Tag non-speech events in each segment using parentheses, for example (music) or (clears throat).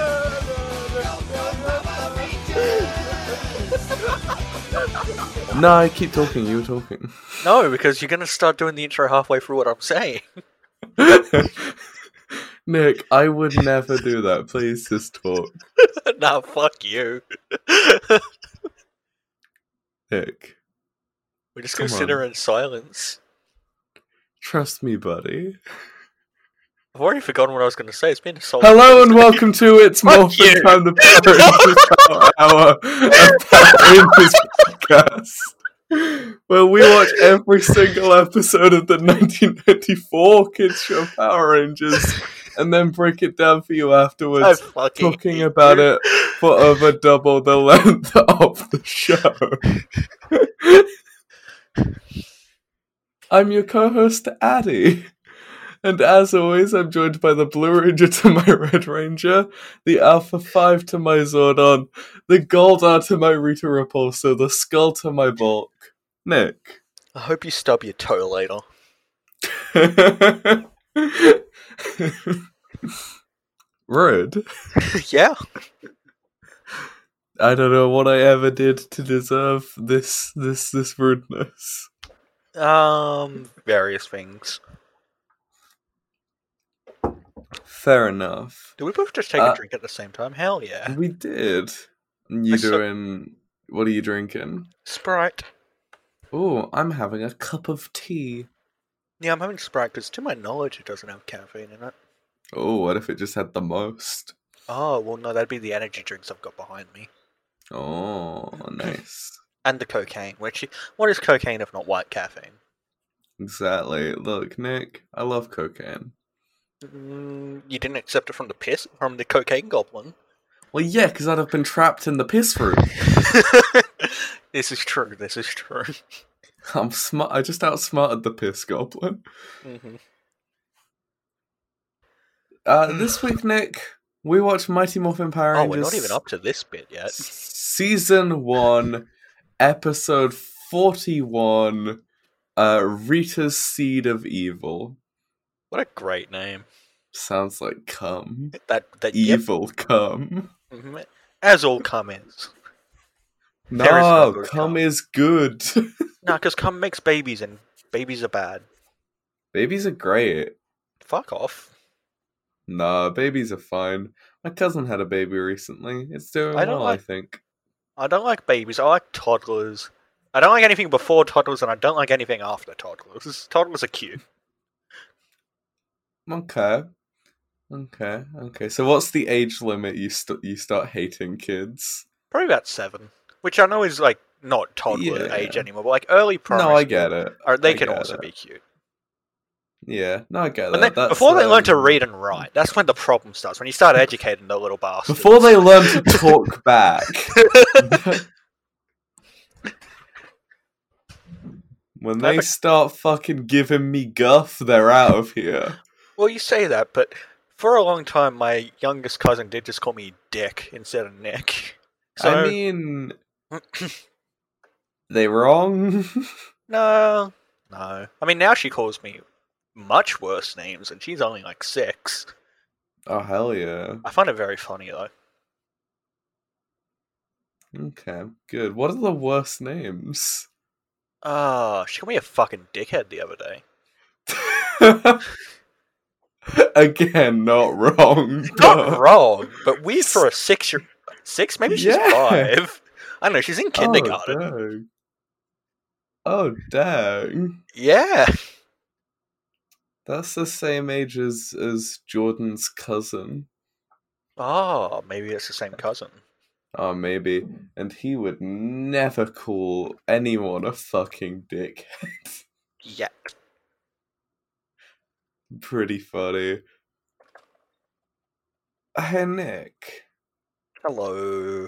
(laughs) No, I keep talking. You were talking. No, because you're going to start doing the intro halfway through what I'm saying. (laughs) Nick, I would never do that. Please just talk. nah, fuck you. Nick, We're just Come going to sit here in silence. trust me, buddy. I've already forgotten what I was going to say. It's been a solid. Hello (laughs) and welcome to It's Fuck Morphin you. (laughs) Time, the Power Rangers Power Hour of Power Rangers podcast, where we watch every single episode of the 1994 kids show Power Rangers and then break it down for you I afterwards, fucking talking hate about you. it for over double the length (laughs) of the show. I'm your co-host, Addy. And as always, I'm joined by the Blue Ranger to my (laughs) Red Ranger, the Alpha 5 to my Zordon, the Goldar to my Rita Repulsor, the Skull to my Bulk. Nick. (laughs) I hope you stub your toe later. (laughs) Rude. yeah. I don't know what I ever did to deserve this this this rudeness. Um, various things. Fair enough. Do we both just take Uh, a drink at the same time? Hell yeah. We did. You I saw- doing? What are you drinking? Sprite. Oh, I'm having a cup of tea. Yeah, I'm having Sprite because, to my knowledge, it doesn't have caffeine in it. Oh, what if it just had the most? Oh, well, no, that'd be the energy drinks I've got behind me. Oh, nice. And the cocaine, which, what is cocaine if not white caffeine? Exactly. Look, Nick, I love cocaine. Mm, you didn't accept it from the piss, from the cocaine goblin. Well, yeah, because I'd have been trapped in the piss room. (laughs) (laughs) this is true, this is true. I'm smart. I just outsmarted the piss goblin. Mm-hmm. hmm Uh, this week, Nick, we watched Mighty Morphin Power Oh, Rangers. we're not even up to this bit yet. Season 1, episode 41, uh, Rita's Seed of Evil. What a great name. Sounds like cum. That, that, Uh, yep. Evil cum. mhm. As all cum is. No, There is no cum, good cum. is good. (laughs) Nah, because cum makes babies, and babies are bad. babies are great. Fuck off. Nah, babies are fine. My cousin had a baby recently. It's doing I don't well, I like- think. I don't like babies. I like toddlers. I don't like anything before toddlers, and I don't like anything after toddlers. Toddlers are cute. Okay. Okay, okay. So what's the age limit you st- you start hating kids? Probably about seven, which I know is like not toddler Yeah. age anymore, but like early primary. no, I school, get it. Or they I can get also it. be cute. Yeah, no, I get When that. they, That's, before they learn to um, read and write, that's when the problem starts. When you start educating the little bastards. Before they learn to talk back. when they Perfect. start fucking giving me guff, they're out of here. Well, you say that, but for a long time, my youngest cousin did just call me Dick instead of Nick. So I mean, they (laughs) wrong. no, no. I mean, now she calls me much worse names, and she's only like six. oh hell yeah. I find it very funny though. Okay, good. What are the worst names? (laughs) Ah, she called me a fucking dickhead the other (laughs) day. Again, not wrong. Oh, (laughs) Not but- wrong, but weird for a six year six, maybe she's Yeah. five. I don't know, she's in kindergarten. Oh dang. Oh, dang. yeah. That's the same age as as Jordan's cousin. Oh, maybe it's the same cousin. Oh, maybe. And he would never call anyone a fucking dick. (laughs) Yeah. Pretty funny. Hey Nick, Hello.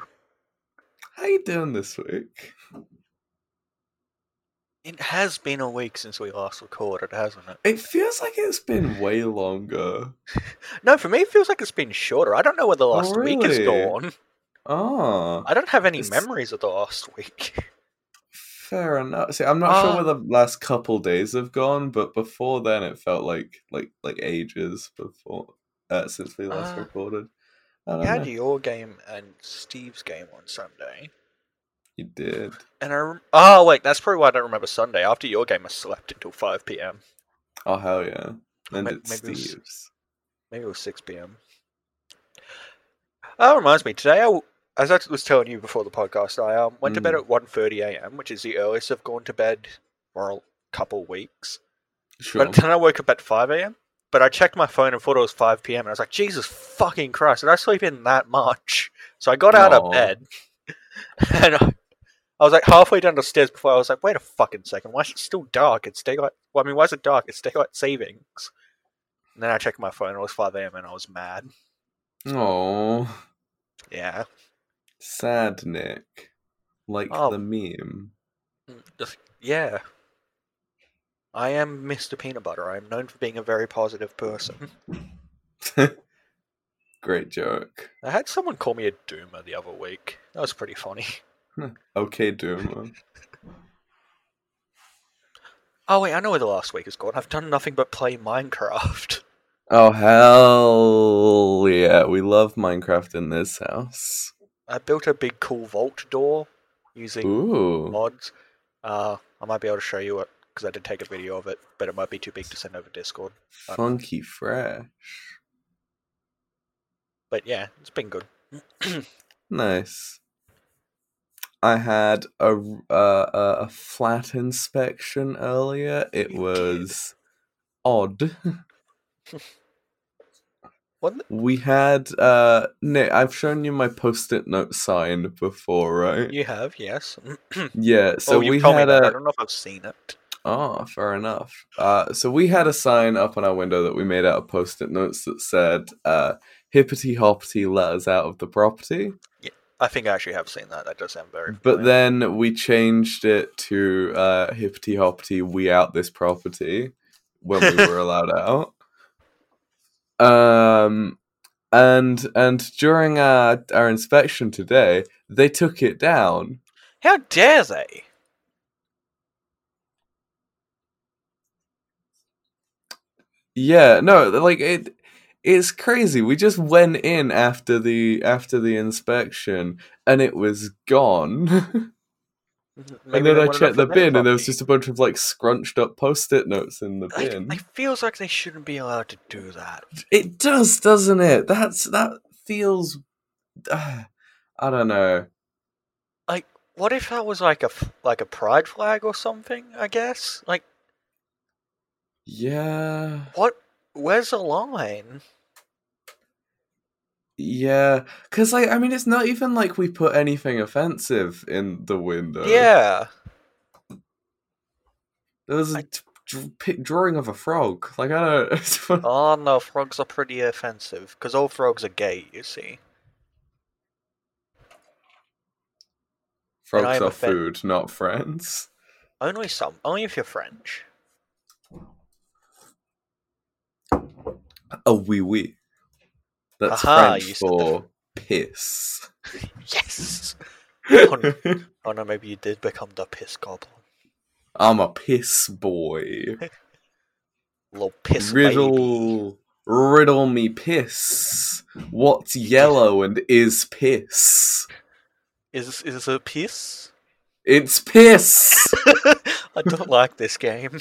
how you doing this week? It has been a week since we last recorded, hasn't it? It feels like it's been way longer. No, for me it feels like it's been shorter. I don't know where the last week has really? gone. Ah, I don't have any It's- memories of the last week. Fair enough. See, I'm not sure Ah. where the last couple days have gone, but before then, it felt like like like ages before uh, since we last Ah. recorded. I (laughs) We don't had know. your game and Steve's game on Sunday, You did. and I rem- oh wait, that's probably why I don't remember Sunday. After your game, I slept until five p.m. Oh hell yeah! And Ma- it's maybe it was- Steve's. Maybe it was 6 p.m. That reminds me. Today, I, w- as I was telling you before the podcast, I um, went to Hmm. bed at 1.30 a.m., which is the earliest I've gone to bed for a couple weeks. Sure. But then I woke up at 5 a.m., but I checked my phone and thought it was 5 p.m., and I was like, Jesus fucking Christ, did I sleep in that much? So I got out Aw. of bed, (laughs) and I, I was like halfway down the stairs before I was like, wait a fucking second, why is it still dark? It's daylight. Well, I mean, why is it dark? It's daylight savings. And then I checked my phone, it was 5 a.m., and I was mad. Oh, Yeah. sad Nick, like Oh. the meme. (laughs) Mm, just- Yeah. I am Mr. Peanut Butter. I am known for being a very positive person. (laughs) Great joke. I had someone call me a doomer the other week. That was pretty funny. Okay, Duma. Oh wait, I know where the last week has gone. I've done nothing but play Minecraft. (laughs) Oh hell yeah! We love Minecraft in this house. I built a big cool vault door using Ooh, mods. Uh, I might be able to show you it because I did take a video of it, but it might be too big to send over Discord. funky fresh. But yeah, it's been good. Nice. I had a r- uh, a- a flat inspection earlier. It You did. was odd. (laughs) What? the- We had uh Nick, I've shown you my post-it note sign before, right? You have, yes. (laughs) Yeah, Mm. so oh, you we told had me that. I a don't know if I've seen it. Oh, fair enough. Uh, so we had a sign up on our window that we made out of post-it notes that said uh, "hippity hoppity, let us out of the property." I think I actually have seen that. That does sound very. But familiar. then we changed it to uh, "hippity hoppity, we out this property" when we were allowed out. Um, and and during our our inspection today, they took it down. How dare they? Yeah, no, th- like it it's crazy. We just went in after the after the inspection and it was gone. (laughs) and then I checked the bin and there was just a bunch of like scrunched up post-it notes in the (laughs) I, bin. I feels like they shouldn't be allowed to do that. It does, doesn't it? That's that feels ah, I don't know. What if that was like a f- like a pride flag or something? I guess. Like Yeah. what? Where's the line? Yeah, cuz like I mean it's not even like we put anything offensive in the window. Yeah. There was a I- d- d- pi- drawing of a frog. Like I don't (laughs) Oh no, frogs are pretty offensive because all frogs are gay. You see. Frogs I am are a fan. food, not friends. Only some. Only if you're French. Oh, wee wee. That's Aha, you French said the- for piss. Yes. (laughs) Oh, no. oh no, maybe you did become the piss goblin. I'm a piss boy. Little piss baby. riddle, riddle me piss. What's yellow and is piss? Is is it piss? It's piss. I don't like this game.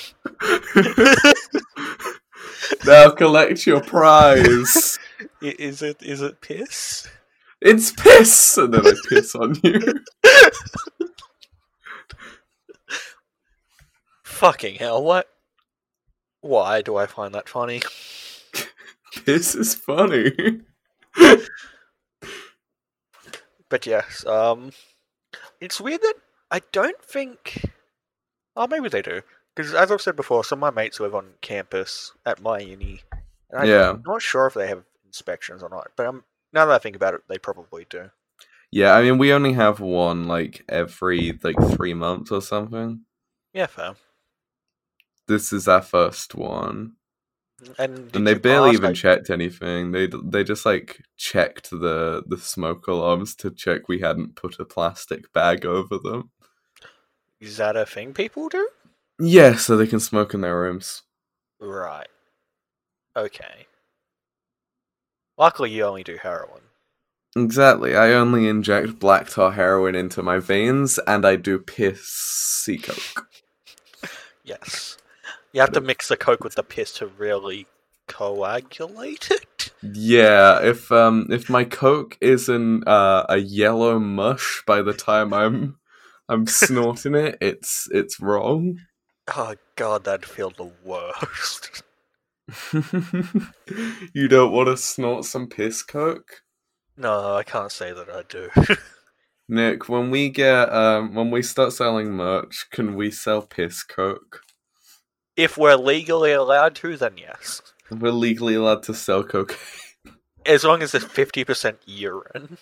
now collect your prize. I- Is it is it piss? It's piss, and then I piss on you. Fucking hell! What? Why do I find that funny? Piss is funny. But yes, um, it's weird that I don't think. Oh, maybe they do. Because as I've said before, some of my mates live on campus at my uni, and I, Yeah. I'm not sure if they have inspections or not. But i now that I think about it, they probably do. Yeah, I mean, we only have one like every like three months or something. Yeah, fair. This is our first one, And, did and they you barely pass? even I- checked anything. They they just like checked the the smoke alarms to check we hadn't put a plastic bag over them. Is that a thing people do? Yeah, so they can smoke in their rooms. Right. Okay. Luckily, you only do heroin. Exactly. I only inject black tar heroin into my veins, and I do pissy coke. Yes. You have to mix the coke with the piss to really coagulate it. Yeah, if um if my coke isn't uh, a yellow mush by the time I'm I'm snorting it, it's it's wrong. (laughs) Oh god, that'd feel the worst. (laughs) you don't want to snort some piss coke, No, I can't say that I do. Nick. When we get um when we start selling merch, can we sell piss coke? if we're legally allowed to, then yes. We're legally allowed to sell coke. As long as it's 50% urine.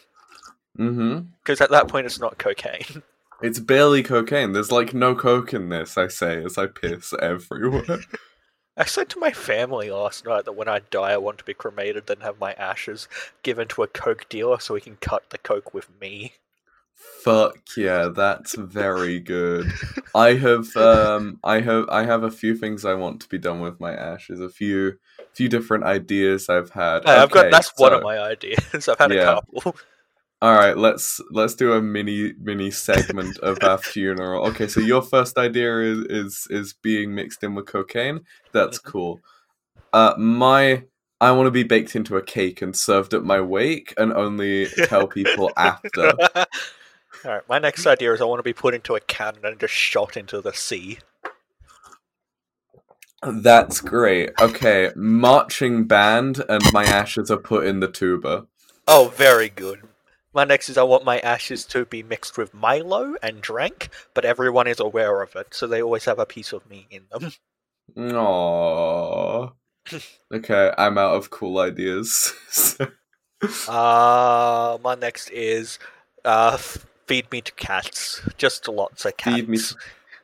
mm-hmm. Because at that point, it's not cocaine. (laughs) It's barely cocaine. There's like no coke in this, I say, as I piss everywhere. (laughs) I said to my family last night that when I die, I want to be cremated, then have my ashes given to a coke dealer so he can cut the coke with me. Fuck yeah, that's very good. I have um I have I have a few things I want to be done with my ashes, a few few different ideas I've had. Hey, I've got Okay, that's one of so- my ideas. (laughs) I've had a Yeah. couple. Alright, let's let's do a mini mini segment of our funeral. Okay, so your first idea is is, is being mixed in with cocaine. That's Mhm. cool. Uh my I want to be baked into a cake and served at my wake and only tell people after. (laughs) All right, my next idea is I want to be put into a cannon and just shot into the sea. That's great. Okay, marching band and my ashes are put in the tuba. Oh, very good. My next is I want my ashes to be mixed with Milo and drank, but everyone is aware of it, so they always have a piece of me in (laughs) them. Aww. Okay, I'm out of cool ideas. (laughs) Uh, my next is uh, f- feed me to cats. Just lots of cats. Feed me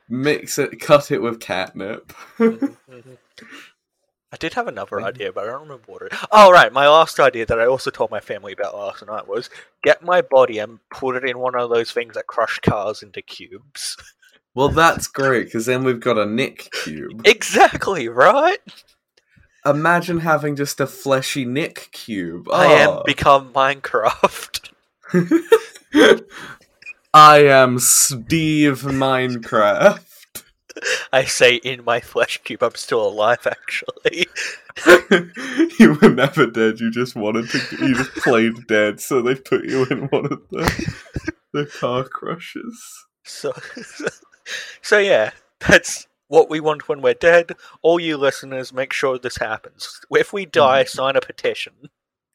Mix it, cut it with catnip. (laughs) Mhm. I did have another Mhm. idea, but I don't remember what it. Oh right, my last idea that I also told my family about last night was get my body and put it in one of those things that crush cars (laughs) into cubes. Well, that's great because then we've got a Nick cube. Exactly right. Imagine having just a fleshy Nick cube. I am Ah. become Minecraft. (laughs) (laughs) I am Steve Minecraft. (laughs) I say in my flesh cube, I'm still alive. Actually, (laughs) you were never dead. You just wanted to. You just played dead, so they put you in one of the the car crushes. so (laughs) so yeah, that's what we want when we're dead. All you listeners, make sure this happens. If we die, sign a petition.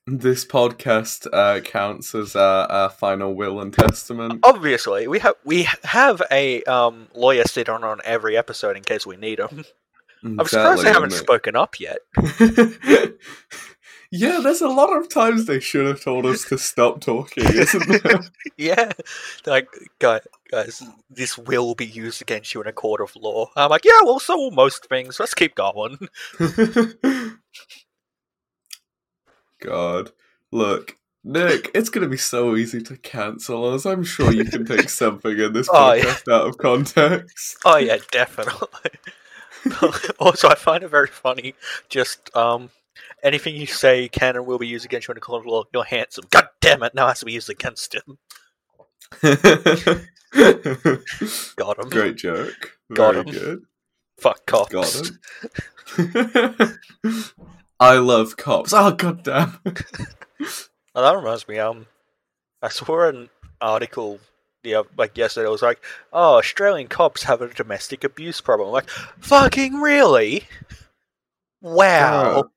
This podcast uh, counts as our, our final will and testament. Obviously, we have we have a um, lawyer sit on on every episode in case we need him. I'm Oh, surprised they haven't spoken up yet. (laughs) spoken. (laughs) yeah, there's a lot of times they should have told us to stop talking, isn't there? Yeah, They're like guys, guys, this will be used against you in a court of law. I'm like, yeah, well, so will most things. Let's keep going. (laughs) God. Look, Nick, it's going to be so easy to cancel us. I'm sure you can take something in this (laughs) Oh, yeah. podcast out of (laughs) context. Oh yeah, definitely. (laughs) also, I find it very funny. Just um, anything you say can and will be used against you in a court of law. You're handsome. God damn it! Now it has to be used against him. Got him. Great joke. Got Very him. good. Fuck cops. (laughs) Got him. (laughs) I love cops. Oh, goddamn. Oh, that reminds me. Um, I saw an article the oth- like yesterday. It was like, "Oh, Australian cops have a domestic abuse problem." I'm like, fucking really? Wow.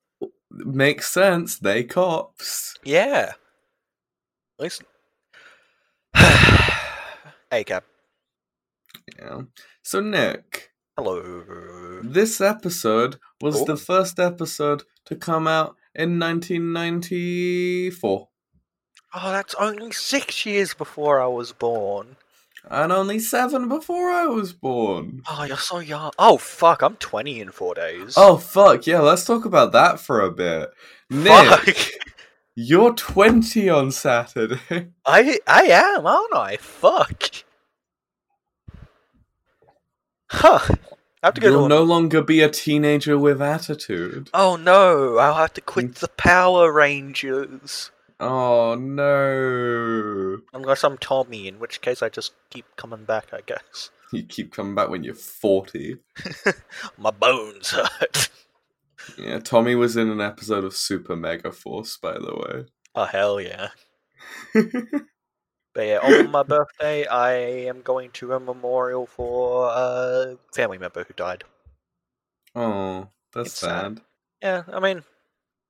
Makes sense. They cops. Yeah. At least. (sighs) hey, Cap. Yeah. So, Nick. Hello. This episode was Cool. the first episode to come out in 1994, Oh, that's only six years before I was born. and only seven before I was born. Oh, you're so young. Oh, fuck. I'm 20 in four days. Oh fuck, yeah, let's talk about that for a bit. Nick, (laughs) fuck. you're 20 on (laughs) Saturday. I I am, aren't I? Fuck. Huh. I have to go to You'll a- no longer be a teenager with attitude. Oh no, I'll have to Mm. quit the Power Rangers. Oh no. Unless I'm Tommy, in which case I just keep coming back, I guess. You keep coming back when you're 40. My bones (laughs) hurt. Yeah, Tommy was in an episode of Super Mega Force, by the oh, hell yeah. way. (laughs) But yeah, on my birthday, I am going to a memorial for a family member who died. oh, that's It's sad. sad. Yeah, I mean,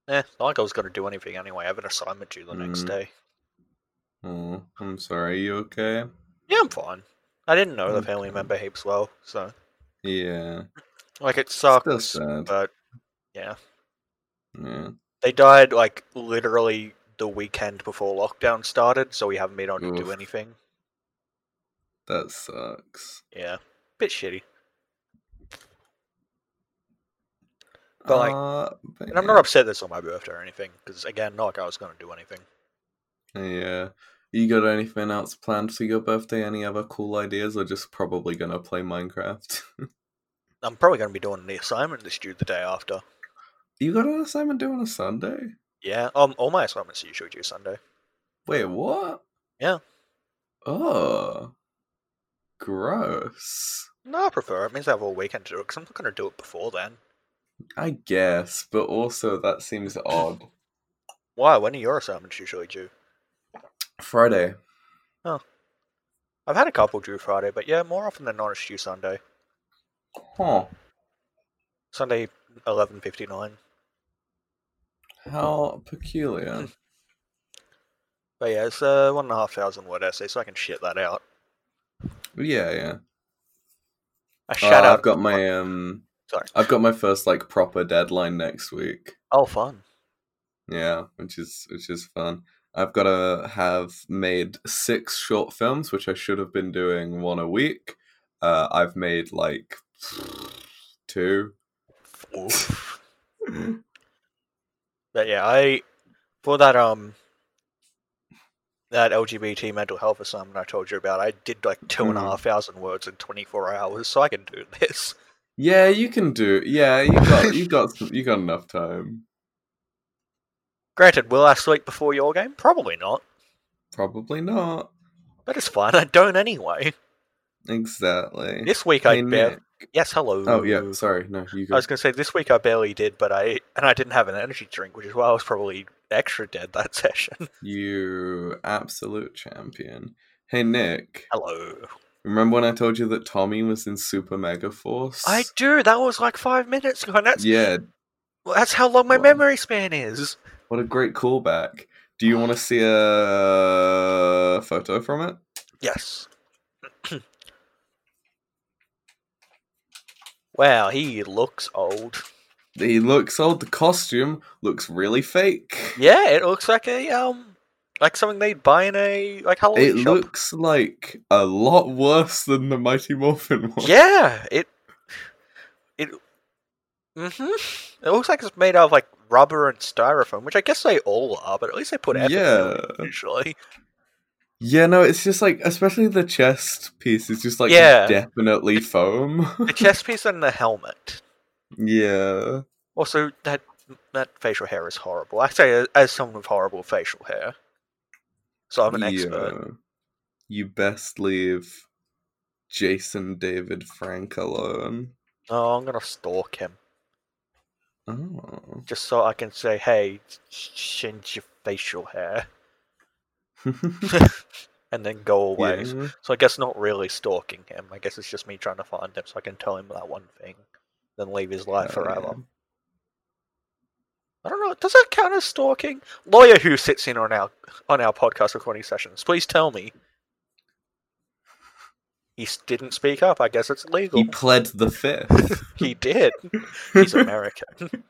eh, it's not like I was going to do anything anyway. I have an assignment due the next Mm. day. Oh, I'm sorry. You okay? Yeah, I'm fine. I didn't know the family Okay. member heaps well, so. Yeah. Like, it Still sucks, sad. but Yeah. They died like literally the weekend before lockdown started, so we haven't been able to do Oof. anything. That sucks. Yeah, bit shitty. But, like- Uh, but And I'm not upset that's on my birthday or anything, because again, not like I was going to do anything. yeah. Yeah. You got anything else planned for your birthday? Any other cool ideas, or just probably gonna play Minecraft? (laughs) I'm probably going to be doing the assignment that's due the day after. you got an assignment due on a Sunday? Yeah, um, all my assignments are usually due Sunday. Wait, what? Yeah. Oh. Gross. No, I prefer it. means I have all weekend to do it, because I'm not going to do it before then. I guess, but also that seems odd. Why? When are your assignments usually due? Friday. I've had a couple due Friday, but yeah, more often than not, it's due Sunday. Huh. Sunday, 11.59. How peculiar. But yeah, it's a one and a half thousand word essay, so I can shit that out. yeah, yeah. I Uh, shout out. I've got my um Sorry. I've got my first like proper deadline next week. Oh, fun. Yeah, which is which is fun. I've got to have made six short films, which I should have been doing one a week. Uh, I've made like two. (laughs) Oof. but yeah, I for that um that LGBT mental health assignment I told you about, I did like two and a Mm. half thousand words in twenty four hours, so I can do this. Yeah, you can do. Yeah, you got you got you got enough time. Granted, will I sleep before your game? Probably not, Probably not but it's fine. I don't anyway. exactly. This week I Hey, barely Nick. yes, hello. Oh yeah, sorry. No, you I go. was gonna say this week I barely did, but I and I didn't have an energy drink, which is why I was probably extra dead that (laughs) session. You absolute champion. Hey Nick, hello. remember when I told you that Tommy was in Super Mega Force? I do. That was like five minutes ago, and that's Yeah, Well, that's how long my Wow. memory span is. what a great callback. Do you want to see a photo from it? Yes. (clears throat) wow, he looks old. He looks old. The costume looks really fake. Yeah, it looks like a um, like something they'd buy in a like It Halloween shop. looks like a lot worse than the Mighty Morphin one. Yeah, it. It. Mhm. It looks like it's made out of like rubber and styrofoam, which I guess they all are, but at least they put effort into it, Yeah. usually. Yeah, no, it's just like, especially the chest piece is just like Yeah. definitely It- foam. (laughs) The chest piece and the helmet. yeah. Also, that that facial hair is horrible. I say it as someone with horrible facial hair, so I'm an expert. Yeah. You best leave Jason David Frank alone. Oh, I'm gonna stalk him Oh. (laughs) just so I can say, "Hey, change your facial hair," and then go away. Yeah. So I guess not really stalking him. I guess it's just me trying to find him so I can tell him that one thing, then leave his life Oh, forever. yeah. I don't know. Does that count as stalking? Lawyer who sits in on our on our podcast recording sessions, please tell me. He s- didn't speak up. I guess it's legal. He pled the fifth. He did. (laughs) He's American. (laughs)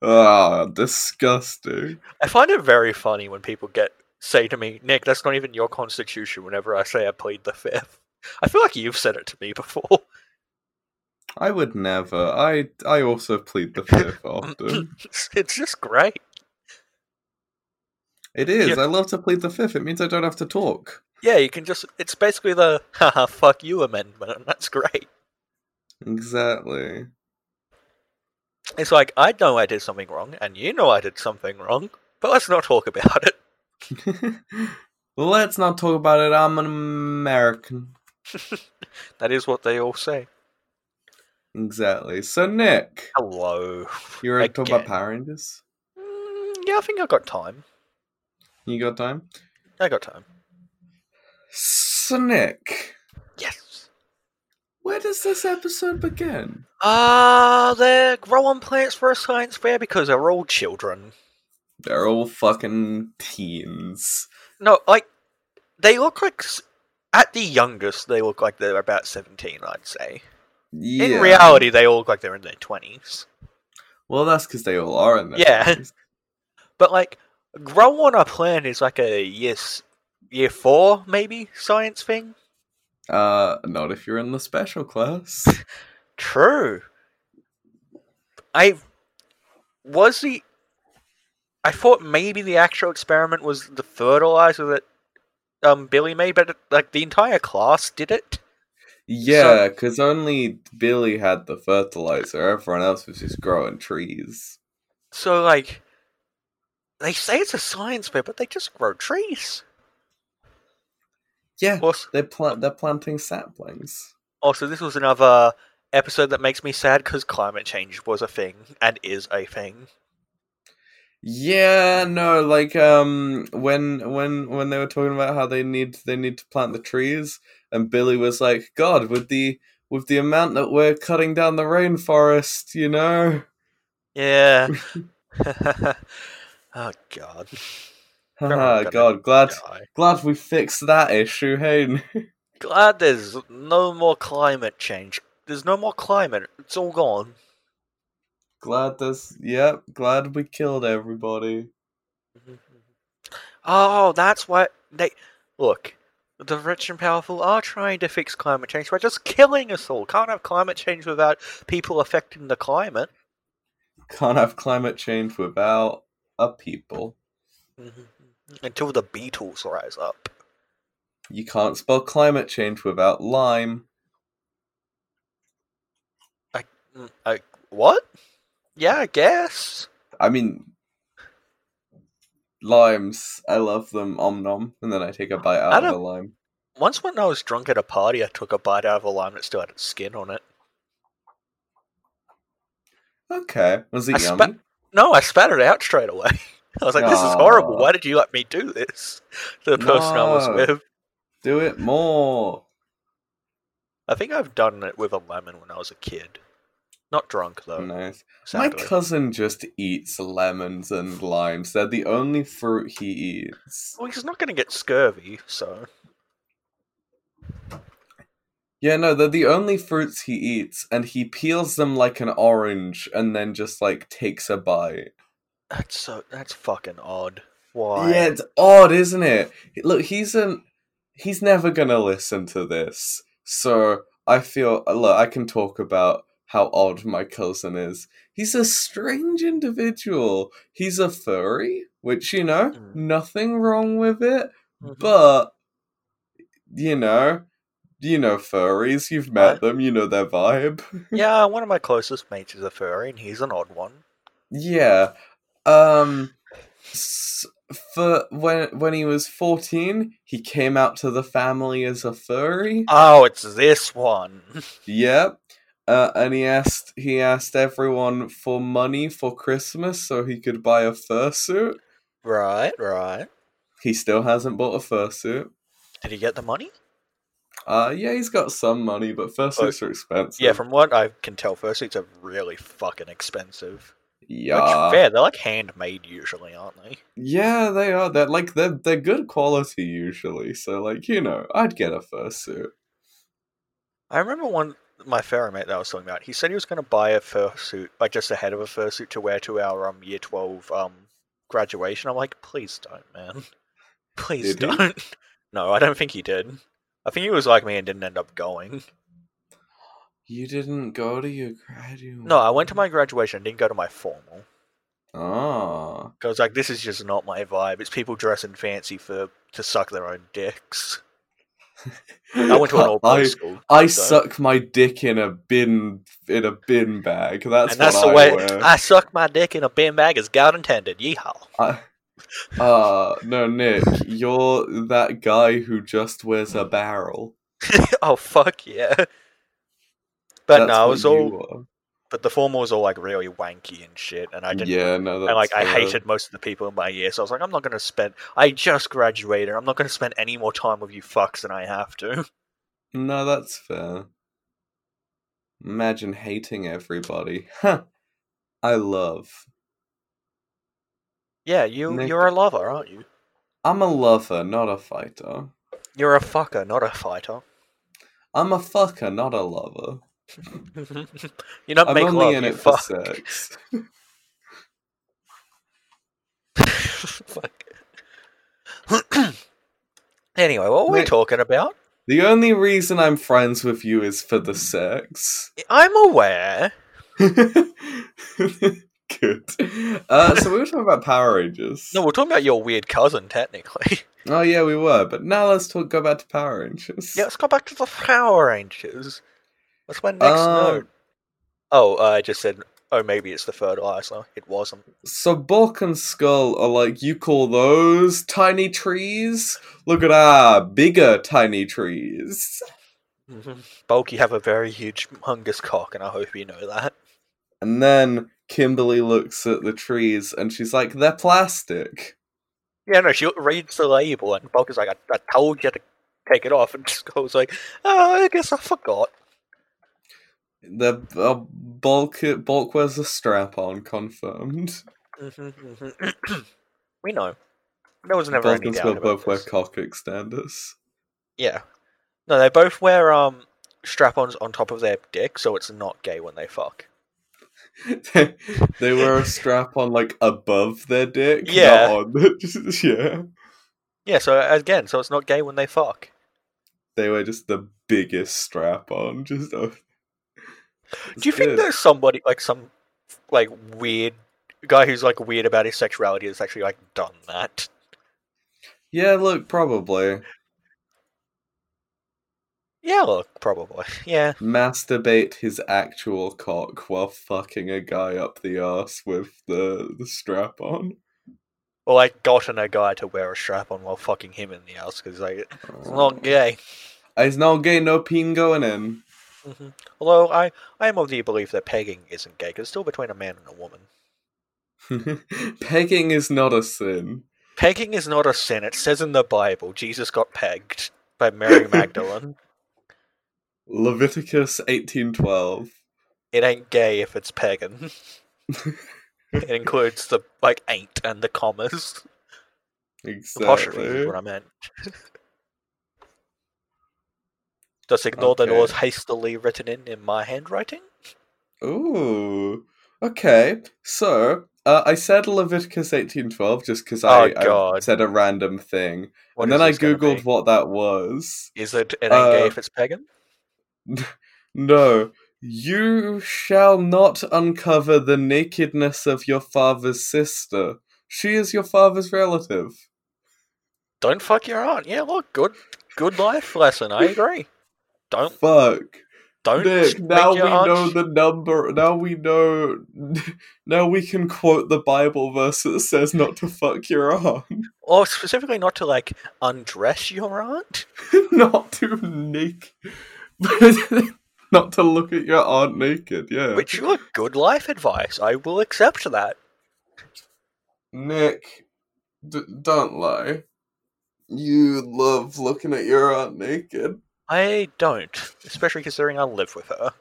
Ah, disgusting. I find it very funny when people get say to me, Nick, that's not even your constitution whenever I say I plead the fifth. I feel like you've said it to me before. (laughs) I would never. I I also plead (laughs) the fifth Um, often. it's just great. It is. Yeah. I love to plead the fifth. It means I don't have to talk. Yeah, you can just it's basically the haha fuck you amendment and that's great. Exactly. (laughs) It's like, I know I did something wrong, and you know I did something wrong, but let's not talk about it. Let's not talk about it. I'm an American. That is what they all say. Exactly. So, Nick, Hello. you were talking about Again. Power Rangers. Mm, yeah, I think I got time. You got time? I got time. So, Nick, Yes. where does this episode begin? Ah, they're growing plants for a science fair because they're all children. They're all fucking teens. No, like they look like s- at the youngest they look like they're about seventeen. I'd say. Yeah. In reality, they all look like they're in their twenties. Well, that's because they all are in their Yeah. 20s. But like, grow on a plant is like a yes, year four maybe science thing. Uh, not if you're in the special class. (laughs) True. I was the. I thought maybe the actual experiment was the fertilizer that um Billy made, but like the entire class did it. Yeah, because only Billy had the fertilizer. Everyone else was just growing trees. So like, they say it's a science fair, but they just grow trees. Yeah, Also, they plant. They're planting saplings. also this was another episode that makes me sad because climate change was a thing and is a thing. Yeah, no, like um, when when when they were talking about how they need they need to plant the trees, and Billy was like, "God, with the with the amount that we're cutting down the rainforest, you know." (laughs) Yeah. (laughs) oh god. Haha, gonna God, glad Die. glad we fixed that issue. Hey, Glad there's no more climate change. There's no more climate. It's all gone. (laughs) glad this. Yep, glad we killed everybody. Oh, that's why they look. The rich and powerful are trying to fix climate change by just killing us all. Can't have climate change without people affecting the climate. Can't have climate change without a people. Until the Beatles rise up. You can't spell climate change without lime. Mm, I, what? Yeah, I guess. I mean, limes. I love them. Om nom. And then I take a bite I out of don't- the lime. Once when I was drunk at a party, I took a bite out of a lime that still had its skin on it. Okay. Was I it spe- yummy? No, I spat it out straight away. (laughs) I was like, this is horrible. Why did you let me do this? (laughs) To the person I was No. with. Do it more. I think I've done it with a lemon when I was a kid. Not drunk, though. Nice. My sadly. cousin just eats lemons and limes. They're the only fruit he eats. well, he's not going to get scurvy, so. Yeah, no, they're the only fruits he eats, and he peels them like an orange and then just like takes a bite. That's so. That's fucking odd. Why? Yeah, it's odd, isn't it? Look, he's an he's never gonna listen to this. So I feel look, I can talk about how odd my cousin is. He's a strange individual. He's a furry, which you know, Mm. nothing wrong with it, Mhm. but (laughs) you know, you know furries, you've met them, you know their vibe. yeah, one of my closest mates is a furry, and he's an odd one. Yeah. Um s- for when when he was 14, he came out to the family as a furry. Oh, it's this one. (laughs) Yep. Uh, and he asked he asked everyone for money for Christmas so he could buy a fursuit. right, right. He still hasn't bought a fursuit. Did he get the money? Uh yeah, he's got some money, but fursuits are expensive. Yeah, from what I can tell, fursuits are really fucking expensive. yeah. Which fair, they're like handmade usually, aren't they? yeah, they are. They're like they're they're good quality usually. So like, you know, I'd get a fursuit. I remember one my fairy mate that I was talking about. He said he was going to buy a fursuit, like just a head of a fursuit to wear to our um year twelve um graduation. I'm like, please don't, man, (laughs) please Did he? don't. No, I don't think he did. I think he was like me and didn't end up going. You didn't go to your graduate. No, I went to my graduation, didn't go to my formal. Ah, I was like, this is just not my vibe. It's people dressing fancy for to suck their own dicks. I went to an old (laughs) I, boys' school. I so- suck my dick in a bin in a bin bag. That's and that's what the I (laughs) way wear. I suck my dick in a bin bag as God intended. Yeehaw. I, uh, no, Nick, you're that guy who just wears a barrel. (laughs) oh fuck yeah. But That's no, I what was you all. are. But the formal was all like really wanky and shit, and I didn't. Yeah, no, that's and like I fair. hated most of the people in my year, so I was like, I'm not gonna spend. I just graduated. I'm not gonna spend any more time with you fucks than I have to. (laughs) No, that's fair. Imagine hating everybody. Huh. I love. Yeah, you Nick- you're a lover, aren't you? I'm a lover, not a fighter. You're a fucker, not a fighter. (laughs) I'm a fucker, not a lover. you don't I'm make only love. in you it fuck. for sex. (laughs) Fuck. (clears throat) anyway, what were we Nick- talking about? The only reason I'm friends with you is for the sex. (laughs) I'm aware. Good. Uh, so we were talking about Power Rangers. No, we're talking about your weird cousin, technically. (laughs) Oh yeah, we were. But now let's talk. Go back to Power Rangers. yeah, let's go back to the Power Rangers. What's my next Um, note? Oh, uh, I just said, oh, maybe it's the fertilizer. It wasn't. (laughs) So Bulk and Skull are like you call those tiny trees? Look at our bigger tiny trees. Bulky have a very huge, humongous cock, and I hope you know that. And then Kimberly looks at the trees and she's like, "They're plastic." Yeah, no, she reads the label, and Bulk is like, I, I told you to take it off, and (laughs) Skull's like, oh, I guess I forgot. (clears throat) The uh, bulk bulk wears a strap on, confirmed. we know. There was never Bulk any and doubt Skull about both wear this. cock extenders. (laughs) Yeah. No, they both wear um strap-ons on top of their dick, so it's not gay when they fuck. they they (laughs) wear a strap on like above their dick. not Yeah. on the- (laughs) yeah. Yeah, so uh, again, so it's not gay when they fuck. They wear just the biggest strap on. Just oh. Do you think that? there's somebody like some like weird guy who's like weird about his sexuality that's actually like done that? Yeah, look, probably Yeah, look, probably. Yeah. masturbate his actual cock while fucking a guy up the ass with the the strap on. Or like gotten a guy to wear a strap on while fucking him in the ass because like it's not gay. Uh, It's not gay. No peen going in. (laughs) hmm Although I I am of the belief that pegging isn't gay because it's still between a man and a woman. Pegging is not a sin. Pegging is not a sin. It says in the Bible, Jesus got pegged by Mary Magdalene. Leviticus eighteen twelve. it ain't gay if it's (laughs) pagan. it includes the like ain't and the commas. Apostrophe is Exactly. what I meant. Just ignore the laws hastily written in in my handwriting. Ooh. Okay. So uh, I said Leviticus eighteen twelve just because Oh, I, I God. said a random thing, What and is then I this gonna googled be? what that was. Is it it ain't uh, gay if it's pagan? No, you shall not uncover the nakedness of your father's sister. She is your father's relative. Don't fuck your aunt. Yeah, look, good good life lesson. I agree. Don't Fuck. don't Nick, make now we your aunt know the number. Now we know. (laughs) Now we can quote the Bible verse that says not to fuck your aunt. or specifically not to like undress your aunt. (laughs) not to naked. (laughs) not to look at your aunt naked, yeah. Which look, good life advice. I will accept that. Nick, d- don't lie. You love looking at your aunt naked. I don't, especially considering I live with her.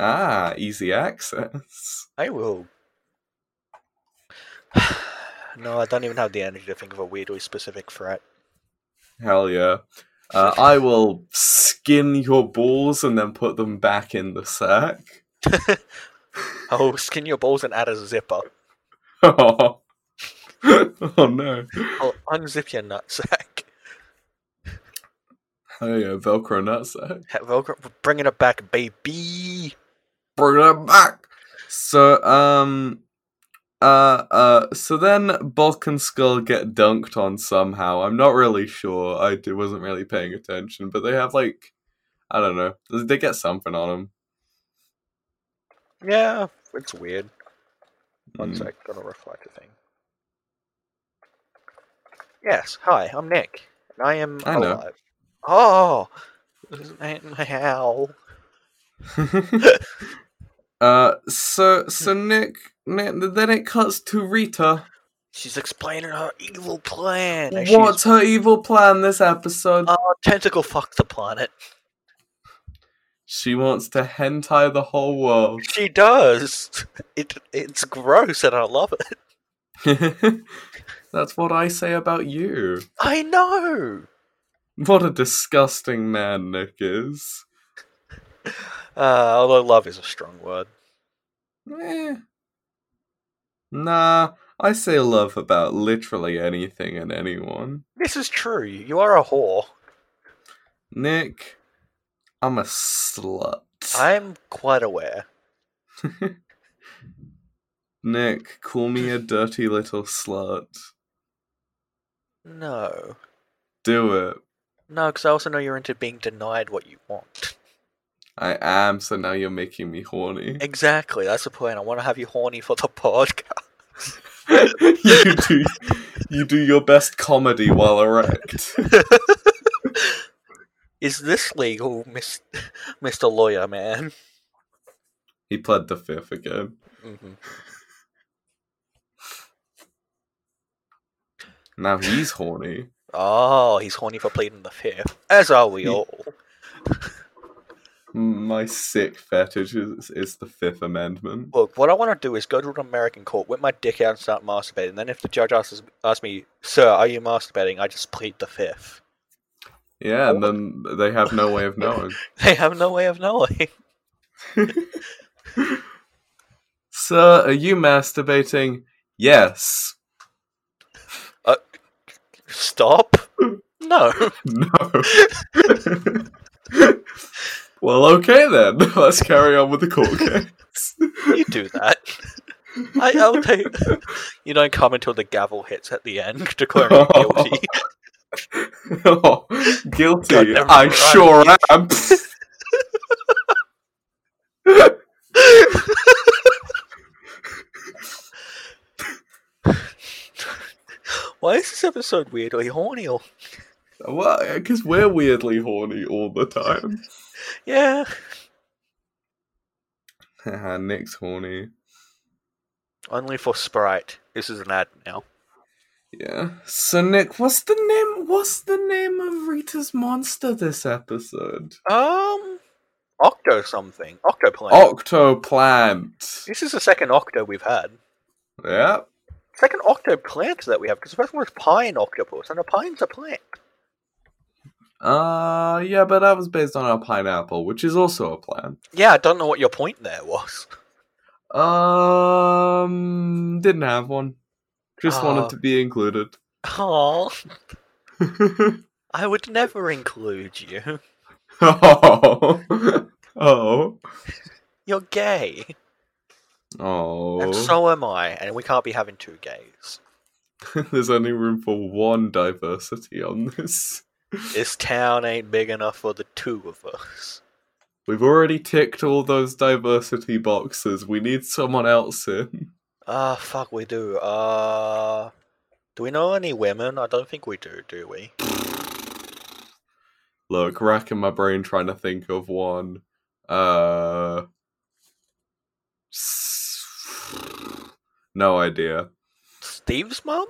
Ah, easy access. I will. (sighs) no, I don't even have the energy to think of a weirdly specific threat. Hell yeah. Uh, I will skin your balls and then put them back in the sack. (laughs) Oh, skin your balls and add a zipper. oh no. I'll unzip your nutsack. (laughs) Hell yeah, Velcro nutsack. Ha- Velcro- Bringing it back, baby. Bring them back. So, um, Uh, uh, so then Bulk and Skull get dunked on somehow. I'm not really sure. I d- wasn't really paying attention, but they have like, I don't know. They get something on them. Yeah, it's weird. Hmm. One sec, gotta reflect a thing. Yes, hi, I'm Nick, and I am I know. alive. Oh, this is my- my owl. (laughs) uh, so so Nick, Nick, then it cuts to Rita. She's explaining her evil plan. as she's- What's her evil plan this episode? Oh, tentacle fucked the planet. She wants to hentai the whole world. (laughs) She does. It it's gross, and I love it. (laughs) That's what I say about you. I know. What a disgusting man Nick is. Uh, although love is a strong word. Eh. Nah, I say love about literally anything and anyone. This is true. You are a whore. Nick, I'm a slut. I'm quite aware. Nick, call me a dirty little slut. No, Do it. no, because I also know you're into being denied what you want. I am, so now you're making me horny. Exactly. That's the point. I want to have you horny for the (laughs) podcast. (laughs) you do you do your best comedy while erect. Is this legal, Miss (laughs) Mister Lawyer Man? He pled the fifth again. hmm Now he's horny. Oh, he's horny for pleading the fifth, as are we Ye- all. My sick fetish is, is the Fifth Amendment. Look, what I want to do is go to an American court, whip my dick out, and start masturbating. Then, if the judge asks asks me, "Sir, are you masturbating?" I just plead the fifth. (laughs) Yeah, and then they have no way of knowing. They have no way of knowing. Sir, are you masturbating? Yes. (laughs) Stop. No. No. (laughs) well, okay then. (laughs) Let's carry on with the court case. (laughs) you do that. I, I'll take. (laughs) You don't come until the gavel hits at the end, (laughs) declaring you guilty. Oh, guilty. Goddamn I right. sure am. (laughs) Why is this episode weirdly horny? or- well, because we're weirdly horny all the time. (laughs) Yeah. Haha, Nick's horny. Only for Sprite. This is an ad now. Yeah. So Nick, what's the name? What's the name of Rita's monster this episode? Um, Octo something. Octoplane. Oh. Octoplant. This is the second Octo we've had. Yeah. Second Octo plant that we have, because the first one was Pine Octopus, and a pine's a plant. Uh, yeah, but that was based on a pineapple, which is also a plant. Yeah, I don't know what your point there was. (laughs) Um, didn't have one. Just Oh. wanted to be included. (laughs) Oh, I would never include you. oh. Oh. You're gay. Oh. And so am I, and we can't be having two gays. (laughs) There's only room for one diversity on this. This town ain't big enough for the two of us. We've already ticked all those diversity boxes. We need someone else in. (laughs) Ah, fuck, we do. Uh, do we know any women? I don't think we do, do we? Look, racking my brain trying to think of one. Uh. s- No idea. Steve's mum?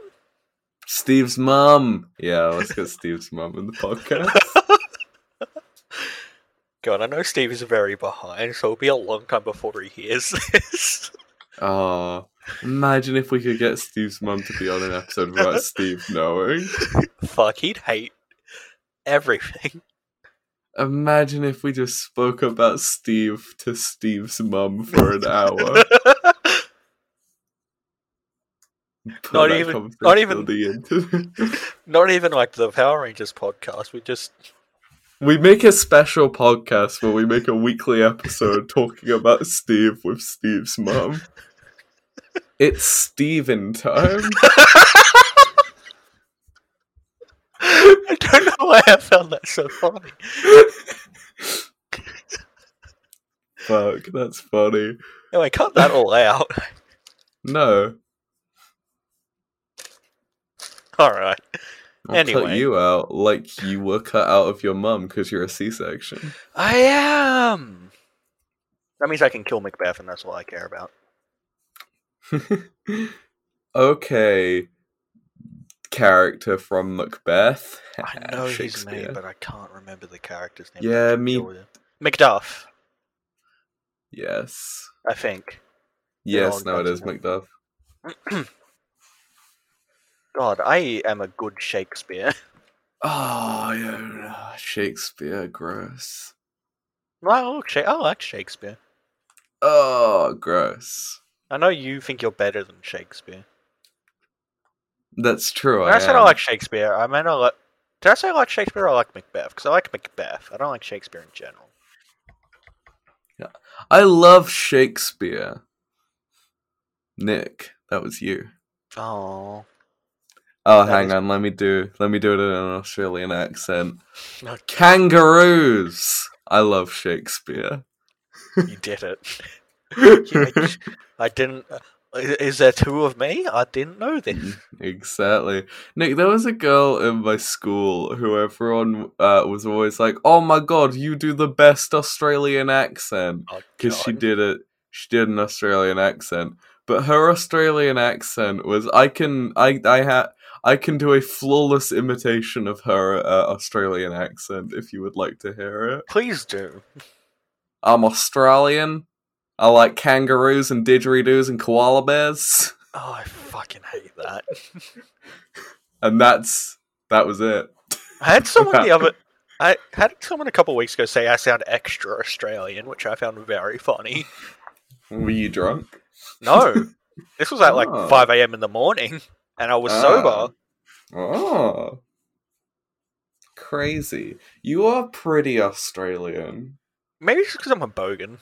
Steve's mum. Yeah, let's get Steve's mum in the podcast. God, I know Steve is very behind, so it'll be a long time before he hears (laughs) this. Oh, imagine if we could get Steve's mum to be on an episode without Steve knowing. fuck, he'd hate everything. (laughs) Imagine if we just spoke about Steve to Steve's mum for an (laughs) hour. Put Not that even- conversation on even- the internet. Not even like the Power Rangers podcast, we just. (laughs) we make a special podcast where we make a weekly episode talking about Steve with Steve's mum. It's Steven time. I don't know why I found that so funny. Fuck, that's funny. Anyway, cut that all out. (laughs) No, All right. I'll cut Anyway. you out like you were cut out of your mum because you're a C-section. I am. That means I can kill Macbeth, and that's all I care about. (laughs) okay, character from Macbeth. (laughs) I know he's me, Shakespeare. but I can't remember the character's name. Yeah, I can me- deal with it. Macduff, Yes. I think. Yes, Lord, now it is that's it. Macduff. God, I am a good Shakespeare. (laughs) Oh, yeah, Shakespeare, gross. Well, Sha- I like Shakespeare. Oh, gross. I know you think you're better than Shakespeare. That's true. When I, said I am. like Shakespeare, I meant I like. Did I say I like Shakespeare or I like Macbeth? Because I like Macbeth. I don't like Shakespeare in general. I love Shakespeare. Nick, that was you. Oh, Oh, That hang is- on. Let me do. Let me do it in an Australian accent. no, Kangaroos. I love (laughs) Shakespeare. you did it. (laughs) I, I didn't. Is, is there two of me? I didn't know this. Mm-hmm. exactly. Nick, there was a girl in my school who everyone uh, was always like, "Oh my god, you do the best Australian accent." Oh, because she God. did it. She did an Australian accent, but her Australian accent was I can I I had I can do a flawless imitation of her uh, Australian accent if you would like to hear it. Please do. I'm Australian. I like kangaroos and didgeridoos and koala bears, Oh, I fucking hate (laughs) that. and that's that was it. I had someone the Yeah. other. I had someone a couple weeks ago say I sound extra Australian, which I found (laughs) very funny. Were you drunk? No, this was at like Oh. 5 a.m. in the morning, and I was Ah. sober. Oh, crazy! You are pretty Australian. Maybe it's because I'm a bogan.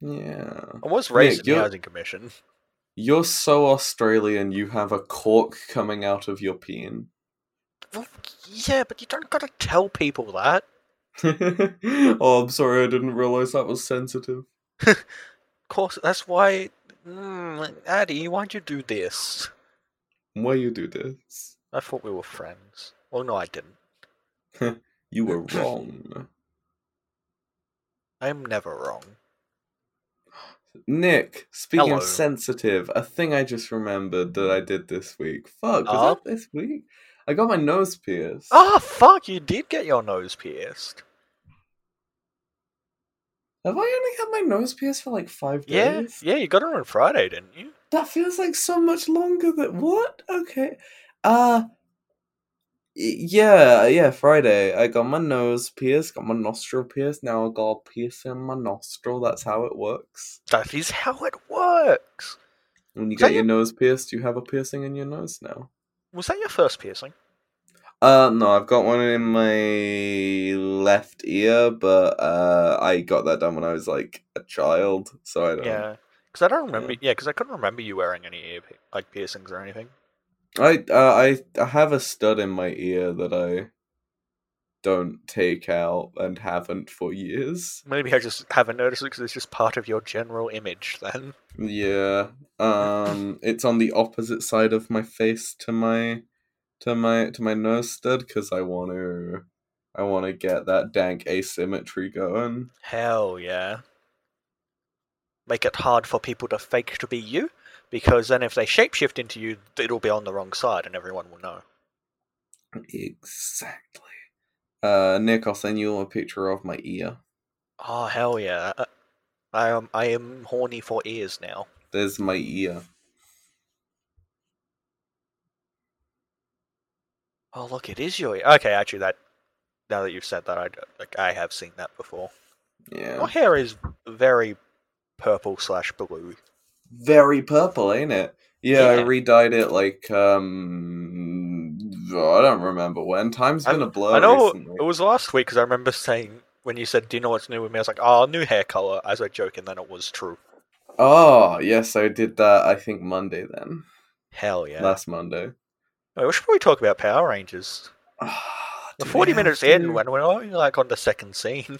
Yeah. I was Nick, raised in the you're- housing commission. You're so Australian, you have a cork coming out of your peen. (laughs) Well, yeah, but you don't gotta tell people that. oh, I'm sorry, I didn't realize that was sensitive. Of course, that's why. Mm, Addy, why'd you do this? Why you do this? I thought we were friends. Well, no, I didn't. You (laughs) were wrong. I am never wrong. Nick, speaking Hello. of sensitive, a thing I just remembered that I did this week. Fuck, was Oh? that this week? I got my nose pierced. Ah, fuck! You did get your nose pierced. Have I only had my nose pierced for like five Yeah, days? yeah, you got it on Friday, didn't you? That feels like so much longer than what? Okay. Uh y- yeah, yeah, Friday. I got my nose pierced, got my nostril pierced, now I got a pierce in my nostril, that's how it works. That is how it works. When you Is that get your nose pierced, you have a piercing in your nose now. Was that your first piercing? Uh no, I've got one in my left ear, but uh I got that done when I was like a child, so I don't Yeah, because I don't remember. Yeah, because I couldn't remember you wearing any ear pi- like piercings or anything. I uh, I I have a stud in my ear that I don't take out and haven't for years. Maybe I just haven't noticed it because it's just part of your general image. Then Yeah. Um it's on the opposite side of my face to my to my to my nose stud cuz I want to I want to get that dank asymmetry going. hell yeah, make it hard for people to fake to be you, because then if they shapeshift into you, it'll be on the wrong side and everyone will know. Exactly. Uh Nick, I'll send you a picture of my ear. Oh hell yeah, I- I am I am horny for ears now. There's my ear. Oh look, it is your ear. Okay, actually, that now that you've said that, I d- like I have seen that before. Yeah. Your hair is very purple slash blue. very purple, ain't it? Yeah, I Yeah. redyed it like um I don't remember when. Time's been a blur I know recently. it was last week because I remember saying when you said, "Do you know what's new with me?" I was like, "Oh, new hair color," as a joke, and then it was true. Oh, yes, I did that, I think, Monday then. Hell yeah. Last Monday. (sighs) Wait, Oh, we should probably talk about Power Rangers. Ah, The do we 40 have minutes in to? when we're only like on the second scene.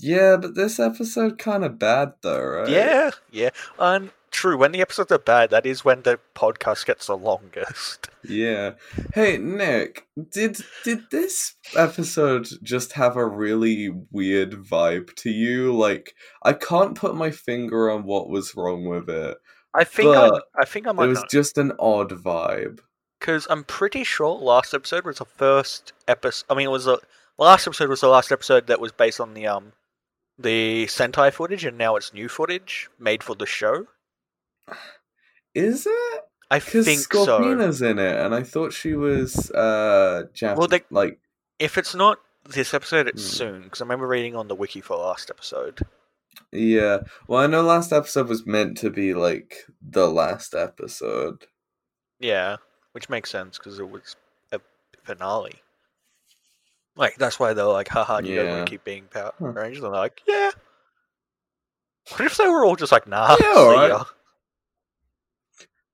Yeah, but this episode kind of bad, though, (laughs) right? Yeah, yeah. And true, when the episodes are bad, that is when the podcast gets the longest. Yeah. Hey, Nick, did did this episode just have a really weird vibe to you? Like, I can't put my finger on what was wrong with it. I think I, But I think I It might was know just an odd vibe. because I'm pretty sure last episode was the first episode. I mean, it was the last episode was the last episode that was based on the um the Sentai footage, and now it's new footage made for the show. Is it? I Because think so. Scorpina's in it, and I thought she was uh Jap- Well, they- like If it's not this episode, it's Hmm. soon. Because I remember reading on the wiki for last episode. yeah. Well, I know last episode was meant to be like the last episode. Yeah, which makes sense because it was a finale. Like that's why they're like, haha, do you guys Yeah. want to keep being Power Huh. Rangers? And they're like, yeah. What if they were all just like, nah, Yeah, see alright. ya."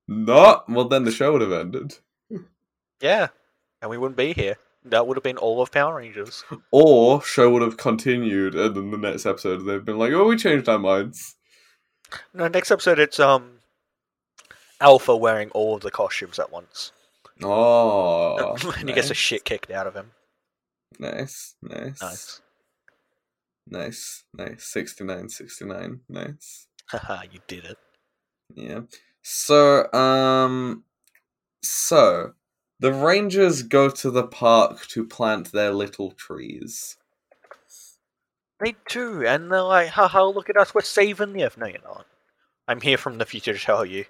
Not well. Then the show would have ended. yeah, and we wouldn't be here. That would have been all of Power Rangers. Or show would have continued, and then the next episode they've been like, "Oh, we changed our (laughs) minds." No, next episode it's um, Alpha wearing all of the costumes at once, Oh, (laughs) and he gets the shit kicked out of him. nice, nice, nice, (laughs) Nice, nice, nice. 69, 69, nice. haha, you did it. Yeah. So, um, so the rangers go to the park to plant their little trees. They do, and they're like, haha, look at us, we're saving the Earth. No, you're not. I'm here from the future to tell you.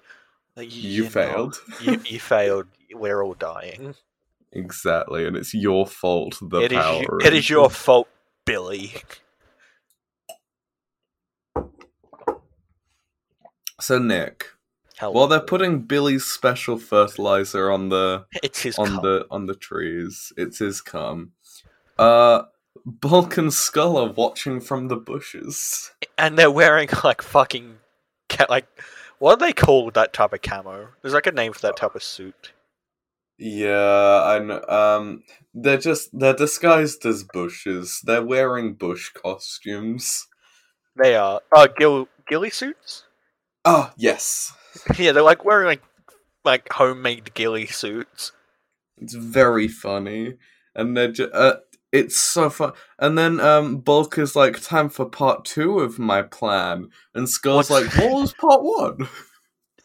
that You you're failed. not. You, you failed. We're all dying. Exactly, and it's your fault. (laughs) The It is, power. you, it is Rangers- your fault, Billy. So, Nick, Hello. while they're putting Billy's special fertilizer on the It's his on cum. the on the trees. It's his cum. Uh Bulk and Skull are watching from the bushes. And they're wearing, (laughs) like, fucking. Ca- like, what do they call that type of camo? There's, like, a name for that type of suit. Yeah, I know. Um, they're just they're disguised as bushes. They're wearing bush costumes. They are. Oh, Gil- Gilly suits? (laughs) Oh yes, yeah, they're, like, wearing, like, like homemade Gilly suits. it's very funny, and they're ju- uh, it's so fun. And then um, Bulk is like, "Time for part two of my plan," and Skull's like, What's- "What was part one?"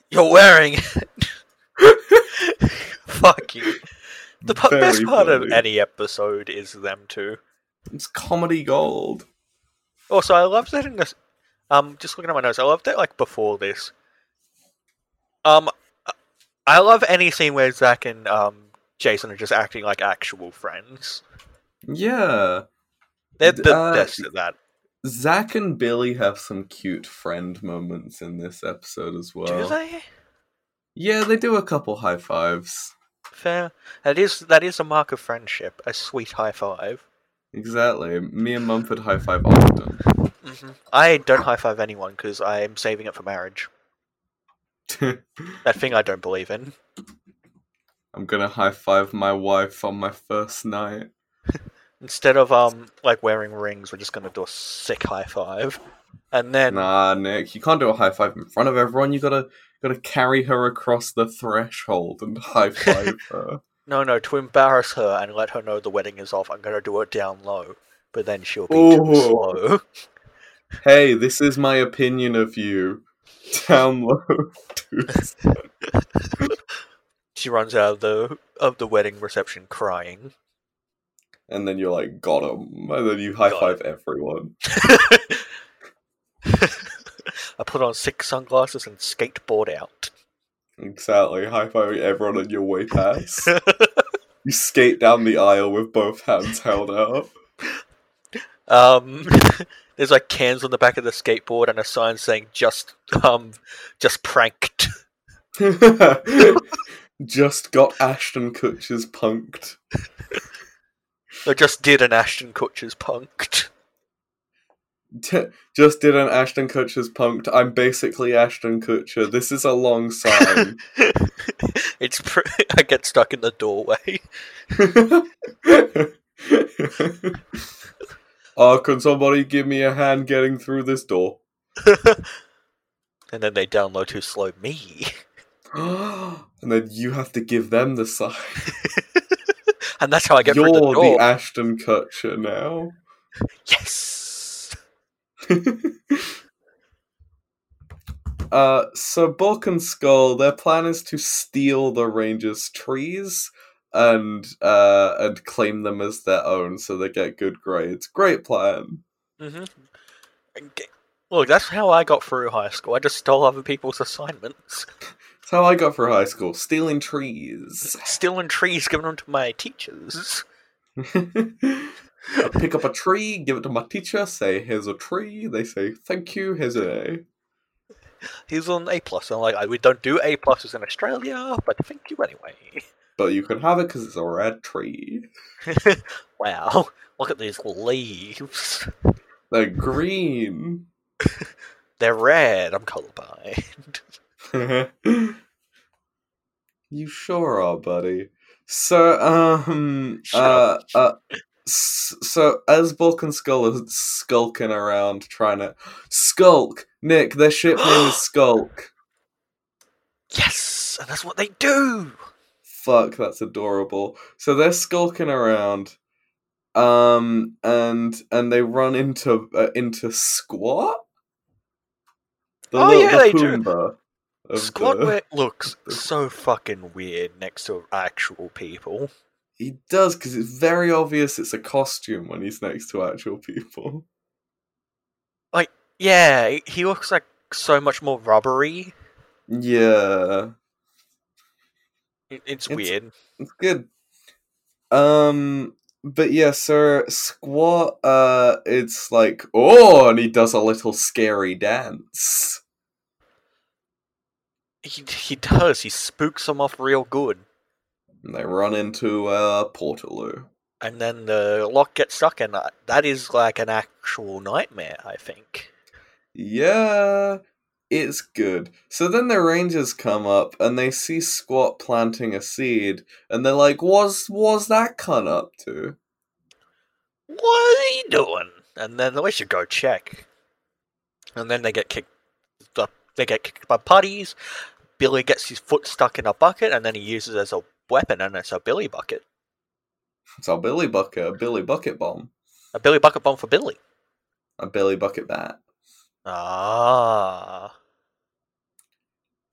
You're wearing it. (laughs) Fuck you. (laughs) The p- best Very part of funny. any episode is them two. It's comedy gold. Also, I love that in this. Um, just looking at my notes, I love that like before this. Um, I love any scene where Zach and um Jason are just acting like actual friends. Yeah. They're the Uh, best at that. Zach and Billy have some cute friend moments in this episode as well. Do they? Yeah, they do a couple high fives. Fair. That is that is a mark of friendship. A sweet high five. Exactly. Me and Mumford high five often. (laughs) Mm-hmm. hmm I don't high five anyone because I am saving it for marriage. That thing I don't believe in. I'm gonna high five my wife on my first night. Instead of um like wearing rings, we're just gonna do a sick high five, and then Nah, Nick, you can't do a high five in front of everyone. You gotta gotta carry her across the threshold and (laughs) high five her. no, no, to embarrass her and let her know the wedding is off, I'm gonna do it down low. But then she'll be too Ooh. slow. Hey, this is my opinion of you. Down low. dudes. She runs out of the of the wedding reception crying. and then you're like, got him. And then you high Got five everyone. I put on sick sunglasses and skateboard out. Exactly. High five everyone on your way past. you skate down the aisle with both hands held out. um, (laughs) there's like cans on the back of the skateboard and a sign saying "just um, just pranked." (laughs) (laughs) Just got Ashton Kutcher's punked. I just did an Ashton Kutcher's punked. T- just did an Ashton Kutcher's punked. I'm basically Ashton Kutcher. This is a long (laughs) sign. (laughs) it's pr- (laughs) I get stuck in the doorway. Oh, can somebody give me a hand getting through this door? (gasps) and then they download too slow me. (laughs) and then you have to give them the sign. And that's how I get You're through the door. the Ashton Kutcher now. yes. Uh, so Bulk and Skull, their plan is to steal the Rangers' trees and uh, and claim them as their own, so they get good grades. Great plan. hmm Look, that's how I got through high school. I just stole other people's assignments, That's how I got through high school: stealing trees. (laughs) stealing trees, giving them to my teachers. I pick up a tree, give it to my teacher. Say, "Here's a tree." They say, "Thank you." Here's a. He's on A plus. I'm like, I, we don't do A pluses in Australia, but thank you anyway. But you can have it because it's a red tree. wow, look at these leaves. They're green. They're red. I'm colorblind. (laughs) you sure are, buddy. So, um, Shut uh, up. uh, s- so as Bulk and Skull are skulking around trying to skulk, Nick, their ship name (gasps) is Skulk. Yes, and that's what they do. Fuck, that's adorable. So they're skulking around, um, and and they run into uh, into Squat. The Oh, little- yeah, the they do. Pumbaa of Squad the- wear looks the- so fucking weird next to actual people. He does because it's very obvious it's a costume when he's next to actual people. Yeah, he- he looks like so much more rubbery. Yeah, It- It's- It's, weird. it's good. Um, but yeah, so Squat, uh, it's like oh, and he does a little scary dance. He, he does. He spooks them off real good. And they run into uh Portaloo. And then the lock gets stuck, and that- that is like an actual nightmare, I think. Yeah, it's good. So then the Rangers come up and they see Squat planting a seed, and they're like, "What's what's that cunt up to?" What are you doing? And then they should go check. And then they get kicked. The, they get kicked by putties. Billy gets his foot stuck in a bucket, and then he uses it as a weapon, and it's a Billy bucket. It's our Billy Bucket, a Billy Bucket bomb, A Billy bucket bomb for Billy. a Billy Bucket bat. Ah.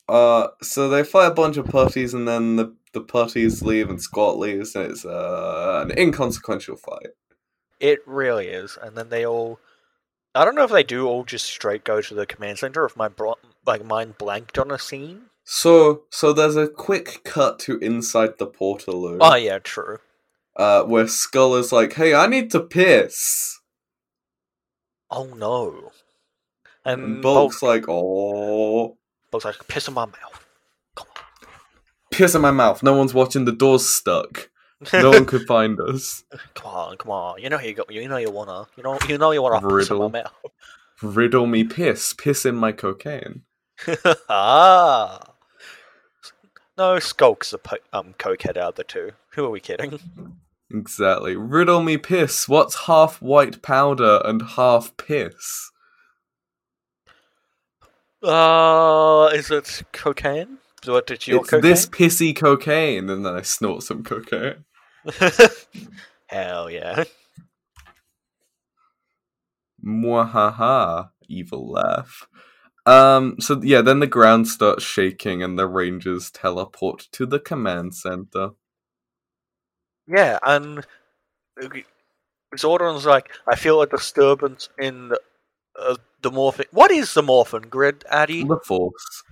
Uh, so they fight a bunch of putties, and then the the putties leave, and Squat leaves, and it's uh, an inconsequential fight. It really is. And then they all. I don't know if they do all just straight go to the command center. If my bro- like mind blanked on a scene. So, so there's a quick cut to inside the portaloo, Oh yeah, true. uh, where Skull is like, "Hey, I need to piss," Oh no. And and Um, Bulk, Bulk's like, "Oh, Bulk's like piss in my mouth. Come piss in my mouth. No one's watching. The door's stuck. on. No one could find us." (laughs) come on, come on. You know you got. You know you wanna. You know you know you wanna piss in my Riddle. mouth. Riddle me piss. Piss in my cocaine. (laughs) ah. No, Skulk's the po- um cokehead out of the two. Who are we kidding? Exactly. Riddle me piss. What's half white powder and half piss? Uh, is it cocaine? What did you it's this pissy cocaine. And then I snort some cocaine. (laughs) Hell yeah. Mwahaha. Evil laugh. Um, so yeah, then the ground starts shaking and the rangers teleport to the command center. Yeah, and okay, Zordon's like, I feel a disturbance in the, uh, the morphin. What is the morphin grid, Addy? The force.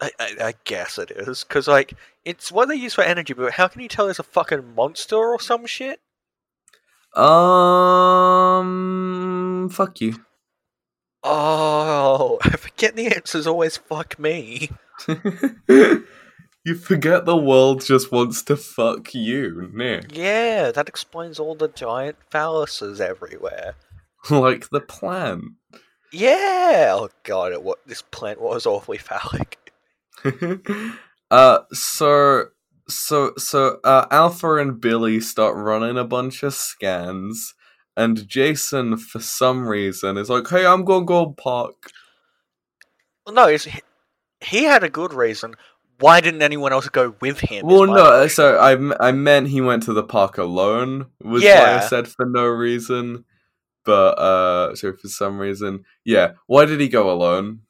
I, I, I guess it is, because, like, it's what they use for energy, but how can you tell there's a fucking monster or some shit? Um, fuck you. (laughs) Oh, (laughs) I forget the answers always fuck me. you forget the world just wants to fuck you, Nick. Yeah, that explains all the giant phalluses everywhere. like the plant. Yeah. Oh god, it, what this plant was awfully phallic. (laughs) uh, so so so uh, Alpha and Billy start running a bunch of scans, and Jason for some reason is like, "Hey, I'm going to go park." Well, no, it's, he- he had a good reason. Why didn't anyone else go with him? is Well, my no, question. so I m- I meant he went to the park alone. Was why I Yeah. said for no reason, but uh, so for some reason, yeah. Why did he go alone?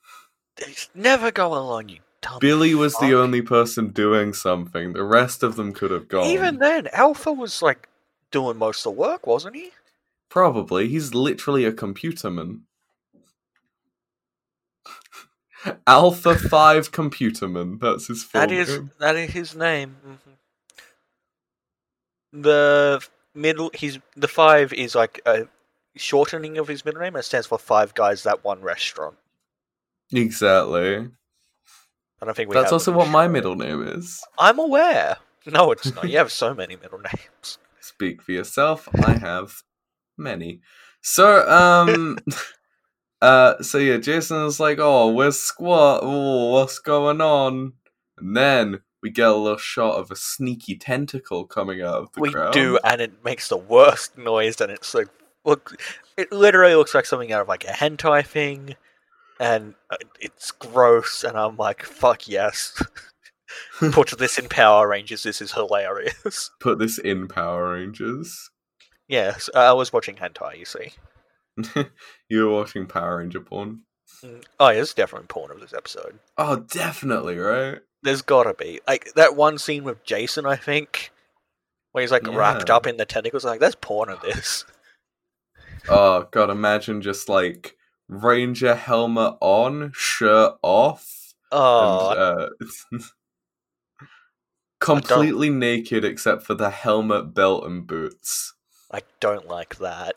It's never go along, you dumb. Billy was fuck. the only person doing something. The rest of them could have gone. Even then, Alpha was like doing most of the work, wasn't he? Probably. He's literally a computer man. (laughs) Alpha 5 computer man. That's his full That is name. that is his name. hmm The middle, his the five is like a shortening of his middle name. It stands for Five Guys That One Restaurant. Exactly. I don't think we. That's have also them in what my Australia. middle name is. I'm aware. No, it's not. You have so many middle (laughs) names. Speak for yourself. I have many. So, um. (laughs) Uh, so yeah, Jason was like, "Oh, where's Squat? Oh, what's going on?" And then we get a little shot of a sneaky tentacle coming out of the we ground. do, and it makes the worst noise, and it's like look, it literally looks like something out of like a hentai thing, and uh, it's gross. And I'm like, fuck yes, (laughs) put this in Power Rangers. This is hilarious. (laughs) put this in Power Rangers. yes, I was watching hentai. You see, you were watching Power Ranger porn. Mm, oh, yeah, there's definitely porn of this episode. Oh, definitely, right? There's gotta be like that one scene with Jason. I think. Where he's like wrapped Yeah. up in the tentacles, like there's porn of this. Oh, God, imagine just like Ranger helmet on, shirt off, Oh, and uh, (laughs) completely naked except for the helmet, belt, and boots. I don't like that.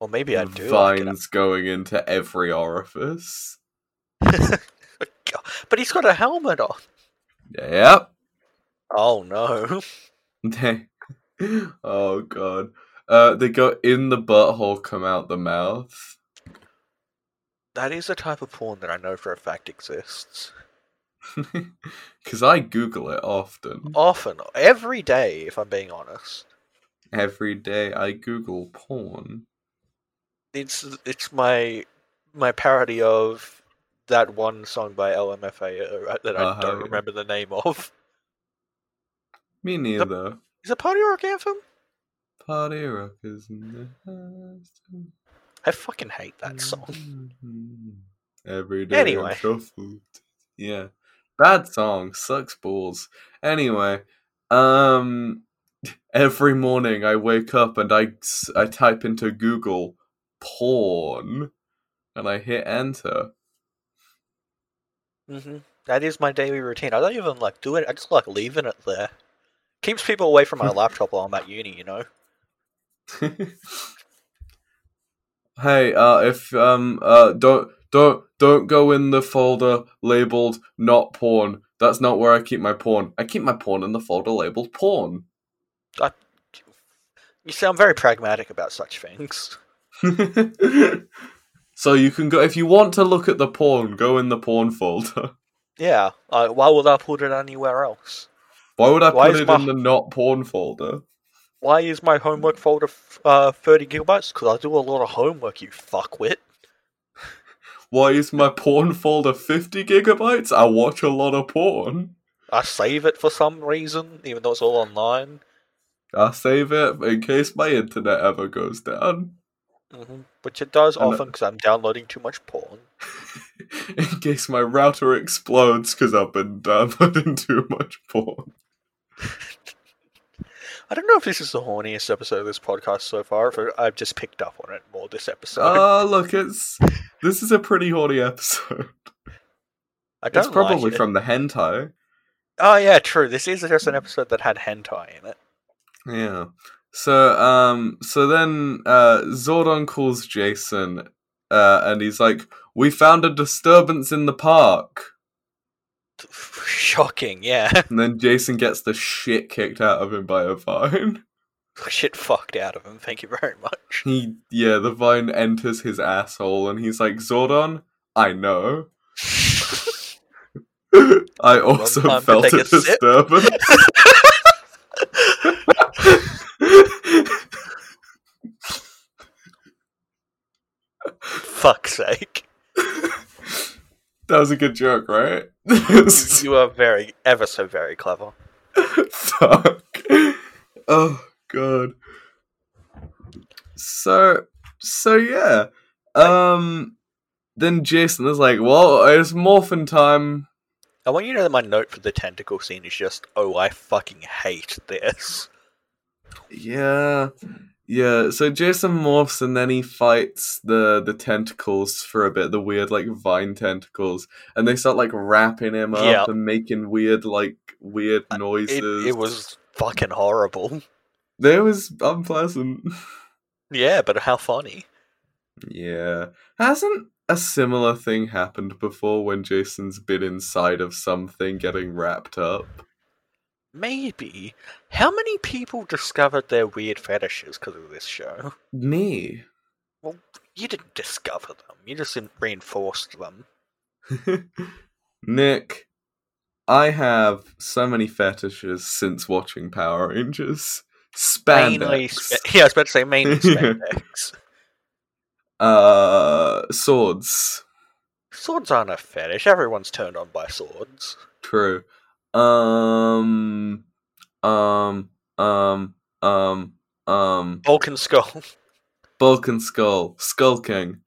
or maybe I do. like it. Vines going into every orifice. but he's got a helmet on. Yep. (laughs) Oh no. (laughs) They, oh god. Uh, they go in the butthole, come out the mouth. (laughs) That is a type of porn that I know for a fact exists. Because I Google it often. Often, every day, if I'm being honest. Every day I Google porn. It's it's my my parody of that one song by LMFAO right, uh, that I Uh-huh, don't yeah. remember the name of. (laughs) Me neither. Is it Party Rock Anthem? Party rockers in the house. I fucking hate Mm. that song. (laughs) Every day. Anyway. Anyway. Yeah. Bad song. Sucks balls. Anyway. Um. (laughs) Every morning I wake up and I, s- I type into Google porn and I hit enter. hmm That is my daily routine. I don't even like do it. I just like leaving it there. Keeps people away from my laptop while I'm at uni. You know. hey, (laughs) uh, if um, uh, don't don't don't go in the folder labeled not porn. That's not where I keep my porn. I keep my porn in the folder labeled porn. (laughs) You see, I'm very pragmatic about such things. (laughs) so you can go if you want to look at the porn. Go in the porn folder. (laughs) Yeah. Uh, why would I put it anywhere else? Why would I Why put is it my- in the not porn folder? Why is my homework folder f- uh, 30 gigabytes? Because I do a lot of homework, you fuckwit. Why is my porn folder fifty gigabytes? I watch a lot of porn. I save it for some reason, even though it's all online. I save it in case my internet ever goes down. hmm Which it does And, uh, often because I'm downloading too much porn. (laughs) in case my router explodes because I've been downloading (laughs) too much porn. I don't know if this is the horniest episode of this podcast so far, if I- I've just picked up on it more this episode. Ah, look, it's this is a pretty horny episode. (laughs) I don't It's probably like it. from the hentai. Oh, yeah, true. This is just an episode that had hentai in it. (laughs) Yeah. So um, so then uh, Zordon calls Jason, uh, and he's like, "We found a disturbance in the (laughs) park." Shocking, yeah. And then Jason gets the shit kicked out of him by a vine. (laughs) (laughs) shit fucked out of him. Thank you very (laughs) much. He, yeah, the vine enters his asshole, and he's like, Zordon, I know. I also time to felt take a a sip. disturbance. (laughs) (laughs) Fuck's sake. that was a good joke, right? (laughs) You are very, ever so very clever. Fuck. Oh god. So so yeah. Um then Jason is like, well, it's morphin time. I want you to know that my note for the tentacle scene is just, oh, I fucking hate this. Yeah. Yeah, so Jason morphs and then he fights the the tentacles for a bit, the weird like vine tentacles, and they start like wrapping him up Yeah. Uh, and making weird like weird It, noises. it was fucking horrible. It was unpleasant. (laughs) Yeah, but how funny. Yeah. Hasn't a similar thing happened before when Jason's been inside of something getting wrapped up? Maybe. How many people discovered their weird fetishes because of this show? Me. You didn't discover them, you just reinforced them. (laughs) Nick, I have so many fetishes since watching Power Rangers. Mainly Spandex. spa- yeah, I was about to say mainly spandex. uh, swords. Swords aren't a fetish, everyone's turned on by swords. True. Um, um, um, um, um. Vulcan Skull. (laughs) Balkan Skull, Skull King,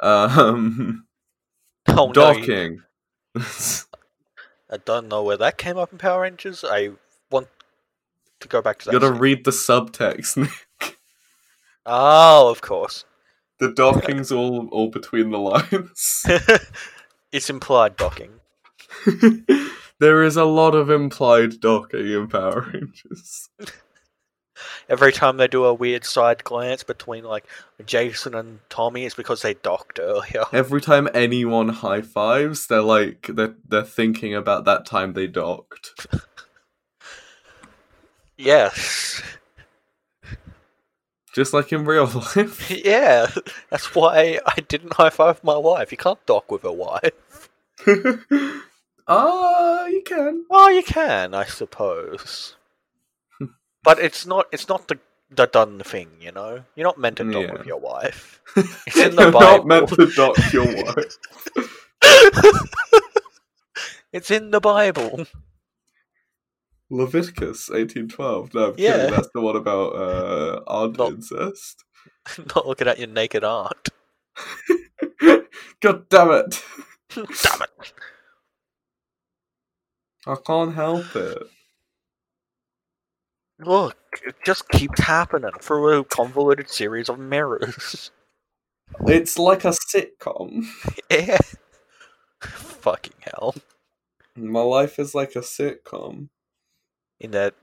um, (laughs) Oh, no, Door you- King. (laughs) I don't know where that came up in Power Rangers. I want to go back to that. you gotta scene. read the subtext. (laughs) Nick. oh, of course. the (laughs) docking's all all between the lines. it's implied docking. (laughs) there is a lot of implied docking in Power Rangers. Every time they do a weird side glance between like Jason and Tommy, it's because they docked earlier. (laughs) Every time anyone high fives, they're like they're they're thinking about that time they docked. Yes. (laughs) Just like in real (laughs) life. Yeah. That's why I didn't high five my wife. You can't dock with a wife. Ah, you (laughs) can. Well, Oh, you can, I (laughs) suppose. but it's not. It's not the the done thing, you know. You're not meant to dock Yeah. with (laughs) your wife. It's in the You're Bible. not meant to dock your wife. It's in the Bible. (laughs) Leviticus eighteen twelve. No, I'm Yeah. kidding. That's the one about uh, armed Not- incest. (laughs) not looking at your naked (laughs) aunt. God damn it! Damn it. I can't help it. Look, it just keeps happening through a convoluted series of mirrors. (laughs) It's like a sitcom. yeah. Fucking hell. My life is like a sitcom. In that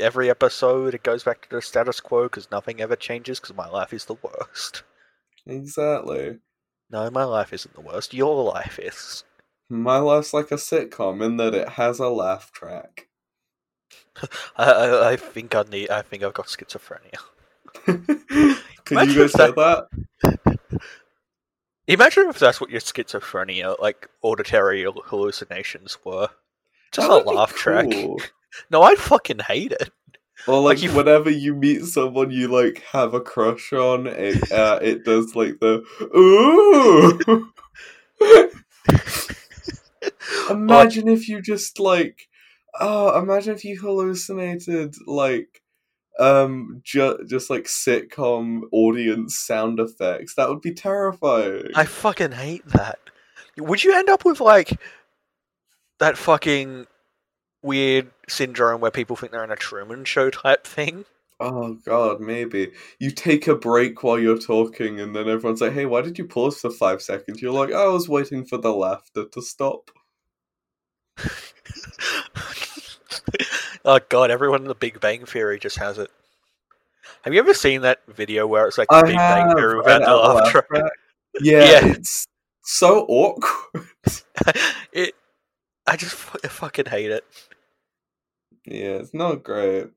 every episode, it goes back to the status quo because nothing ever changes because my life is the worst. Exactly. No, my life isn't the worst. Your life is. (laughs) My life's like a sitcom in that it has a laugh track. (laughs) I, I, I think I need. I think I've got schizophrenia. Can you Imagine guys if hear that- that? Imagine if that's what your schizophrenia, like auditory hallucinations, were. Just That would a be laugh track. (laughs) cool. No, I'd fucking hate it. Or Like like, you- (laughs) whenever you meet someone you like have a crush on, it uh, it does like the (laughs) ooh. imagine if you just like, oh, imagine if you hallucinated like, um, ju- just like sitcom audience sound effects. That would be terrifying. I fucking hate that. Would you end up with like that fucking weird syndrome where people think they're in a Truman Show type thing? (laughs) Oh god, maybe. You take a break while you're talking and then everyone's like, "Hey, why did you pause for 5 seconds?" You're like, "Oh, "I was waiting for the laughter to stop." oh god, everyone in the Big Bang Theory just has it. Have you ever seen that video where it's like the I Big Bang have, Theory and without the I'll laugh laugh track? back. Yeah, Yeah. it's so awkward. (laughs) (laughs) it, I just fu- I fucking hate it. Yeah, it's not great.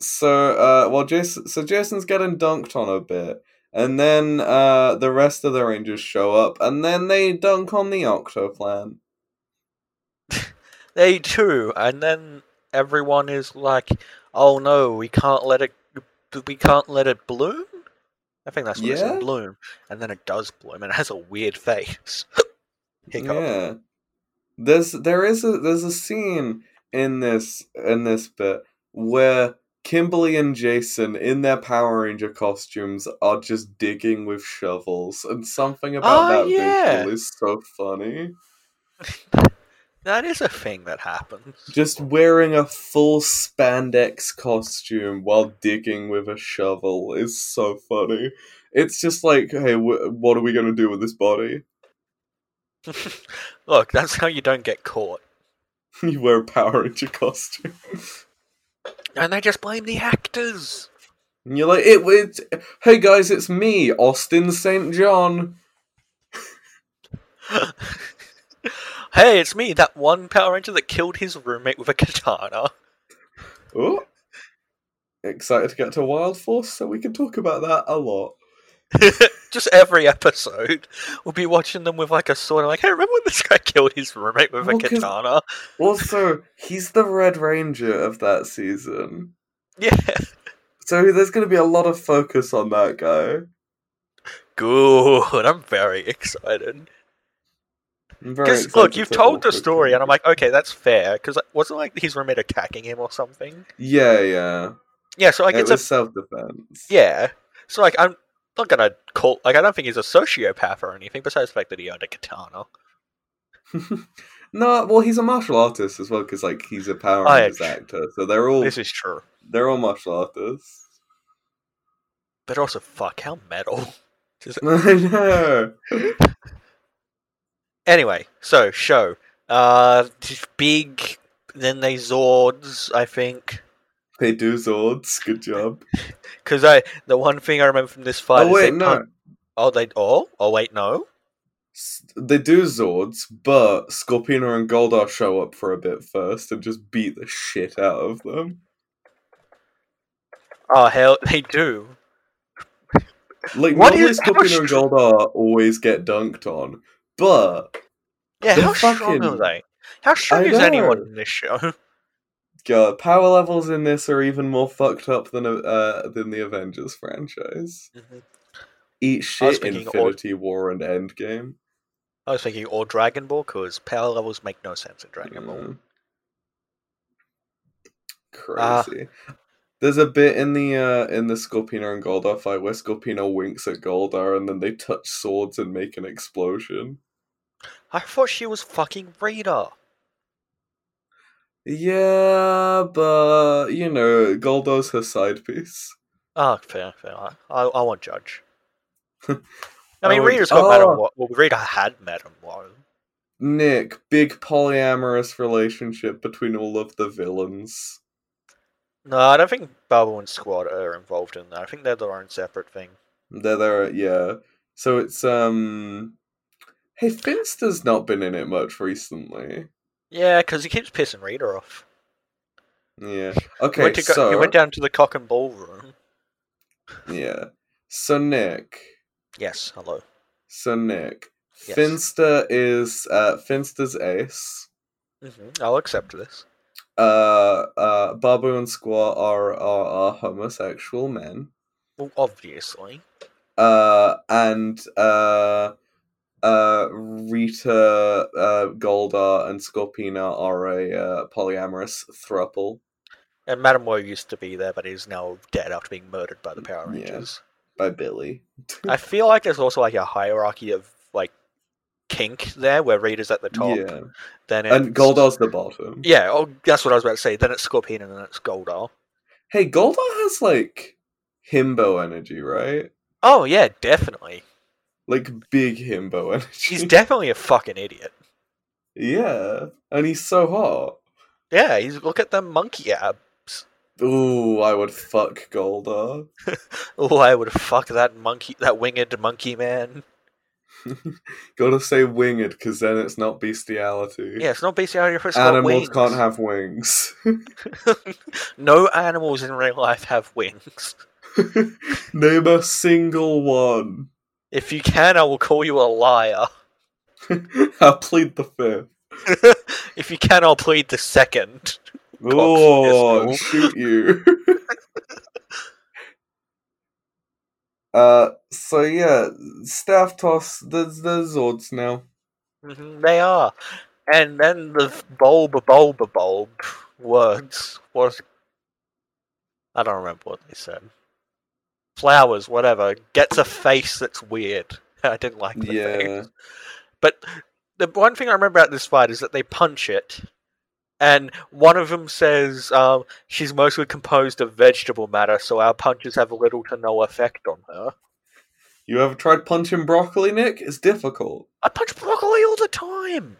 so uh well Jason so Jason's getting dunked on a bit. And then uh the rest of the Rangers show up and then they dunk on the Octoplan. They do, and then everyone is like, "Oh no, we can't let it, we can't let it bloom." I think that's what it Yeah? said, bloom, and then it does bloom, and it has a weird face. (laughs) Hiccup. Yeah. There's there is a there's a scene in this in this bit where Kimberly and Jason in their Power Ranger costumes are just digging with shovels and something about Oh, that yeah. visual is so funny. That is a thing that happens. Just wearing a full spandex costume while digging with a shovel is so funny. It's just like, hey, wh- what are we going to do with this body? (laughs) Look, that's how you don't get caught. you wear a Power Ranger costume. And they just blame the actors. (laughs) And you're like, it, it's, hey guys, it's me, Austin St. John. hey, it's me, that one Power Ranger that killed his roommate with a katana. Oh. Ooh. Excited to get to Wild Force so we can talk about that a lot. (laughs) just every episode, we'll be watching them with like a sword. I'm like, hey, remember when this guy killed his roommate with Well, a 'cause- katana? (laughs) Also, he's the Red Ranger of that season. Yeah, So there's going to be a lot of focus on that guy. good. I'm very excited. I'm very Because excited look, you've to told the also- story, and I'm like, okay, that's fair. Because wasn't like his roommate attacking him or something? Yeah, yeah. Yeah, so like it it's was a self defense. yeah. So like I'm not gonna call like I don't think he's a sociopath or anything. Besides the fact that he owned a katana. (laughs) no, well, he's a martial artist as well because like he's a Power I Rangers agree. actor, so they're all This is true. they're all martial artists. (laughs) But also, fuck, how metal. Just- I know. Anyway, so show. Uh, this big. Then they Zords, I think. They do Zords. Good job. Because I the one thing I remember from this fight. Oh is wait, they no. pun- oh, they oh oh wait no. S- They do Zords, but Scorpina and Goldar show up for a bit first and just beat the shit out of them. Oh hell, (laughs) they do. Like What normally, is- how Scorpina and str- Goldar always get dunked on, but Yeah, The how strong are fucking- they? How strong I is anyone know. in this show? (laughs) God, power levels in this are even more fucked up than uh than the Avengers franchise. Eat I was shit, thinking all- Infinity War and Endgame. I was thinking all Dragon Ball because power levels make no sense in Dragon Ball. Mm. Mm-hmm. Crazy. There's a bit in the uh, in the Scorpina and Goldar fight where Scorpina winks at Goldar and then they touch swords and make an explosion. I thought she was fucking Rita. Yeah, but you know, Goldar's her side piece. Oh, fair, fair. I, I, I (laughs) won't judge. I mean, won't- Rita's got Madame Oh. Wo- Well, Rita had Madame Woe. Nick, big polyamorous relationship between all of the villains. No, I don't think Bubble and Squad are involved in that. I think they're their own separate thing. They're there, yeah. So it's um, hey, Finster's not been in it much recently. Yeah, because he keeps pissing Rita off. Yeah. he, Okay. went to go- So he went down to the cock and ball room. yeah. So Nick. Yes, hello. So Nick. Yes. Finster is uh, Finster's ace. hmm I'll accept this. Uh, uh, Babu and Squaw are, are are homosexual men. Well, obviously. Uh, and uh, uh, Rita, uh, Goldar, and Scorpina are a uh, polyamorous thruple And Madame Woe used to be there, but is now dead after being murdered by the Power Yeah. Rangers. by Billy. I feel like there's also like a hierarchy of like kink there, where Rita's at the top. Yeah, Then it's... and Goldar's the bottom. Yeah, oh, that's what I was about to say. Then it's Scorpion, and then it's Goldar. Hey, Goldar has like himbo energy, right? Oh yeah, definitely. Like big himbo energy. (laughs) She's definitely a fucking idiot. yeah, and he's so hot. Yeah, he's look at the monkey ab. Ooh, I would fuck Goldar. Oh, I would fuck that monkey, that winged monkey man. Gotta say winged, because then it's not bestiality. Yeah, it's not bestiality if it's got Animals wings. can't have wings. (laughs) no animals in real life have wings. Name a single one. (laughs) If you can, I will call you a liar. I plead the fifth. if you can, I'll plead the second. Oh, yes, shoot (laughs) you. (laughs) uh, so yeah, staff toss. There's there's Zords now. Mhm, they are. And then the bulb, bulb, bulb words was. I don't remember what they said. Flowers, whatever. Gets a face that's weird. (laughs) I didn't like the Yeah. face. But the one thing I remember about this fight is that they punch it, and one of them says um, she's mostly composed of vegetable matter, so our punches have little to no effect on her. You ever tried punching broccoli, Nick? It's difficult. I punch broccoli all the time.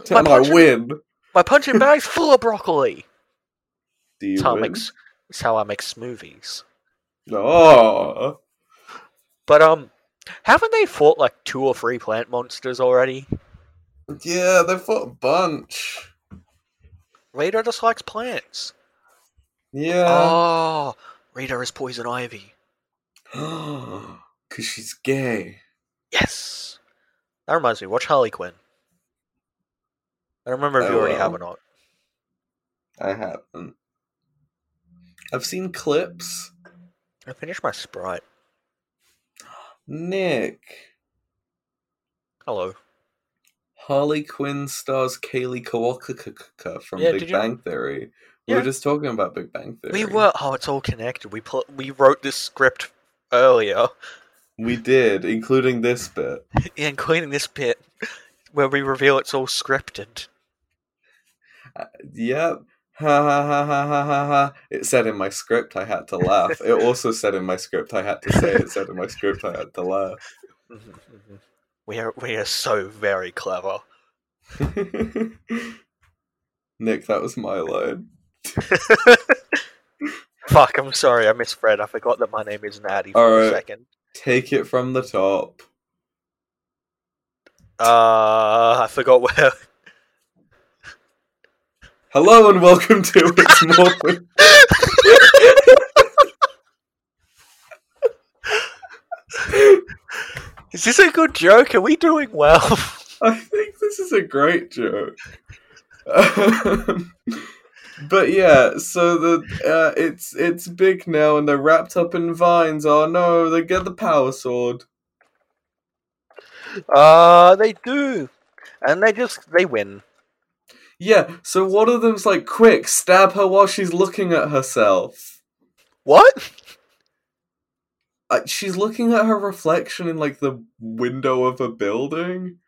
My Can I punching- win? My punching bag's full of broccoli. Do (laughs) you That's how, I win? make, s- that's how I make smoothies. Oh, But um, haven't they fought like two or three plant monsters already? yeah, they fought a bunch. Rita just likes plants. Yeah, Oh, Rita is poison ivy. (gasps) because Oh. she's gay. Yes. That reminds me, watch Harley Quinn. I don't remember if I you already will. have or not. I haven't. I've seen clips. I finished my sprite. Nick. Hello. Harley Quinn stars Kaylee Kowalczyk from Yeah, did Big you- Bang Theory. We were Yeah. just talking about Big Bang Theory. We were. Oh, it's all connected. We pl- we wrote this script earlier, (laughs) We did, including this bit. including this bit where we reveal it's all scripted. Yep. Ha ha ha ha ha ha ha. It said in my script I had to laugh. It also said in my script I had to say it said in my script I had to laugh. Mhm, mhm. we are we are so very clever. (laughs) Nick, that was my line. Fuck, I'm sorry, I misread. I forgot that my name is Natty for a Alright. second. Take it from the top. Uh, I forgot where. (laughs) Hello and welcome to It's More Than Is this a good joke? Are we doing well? (laughs) (laughs) I think this is a great joke. Um, but yeah, so the uh, it's it's big now, and they're wrapped up in vines. Oh no, they get the power sword. Uh, they do, and they just they win. Yeah, so one of them's like, "Quick, stab her while she's looking at herself." What? Uh, she's looking at her reflection in like the window of a building.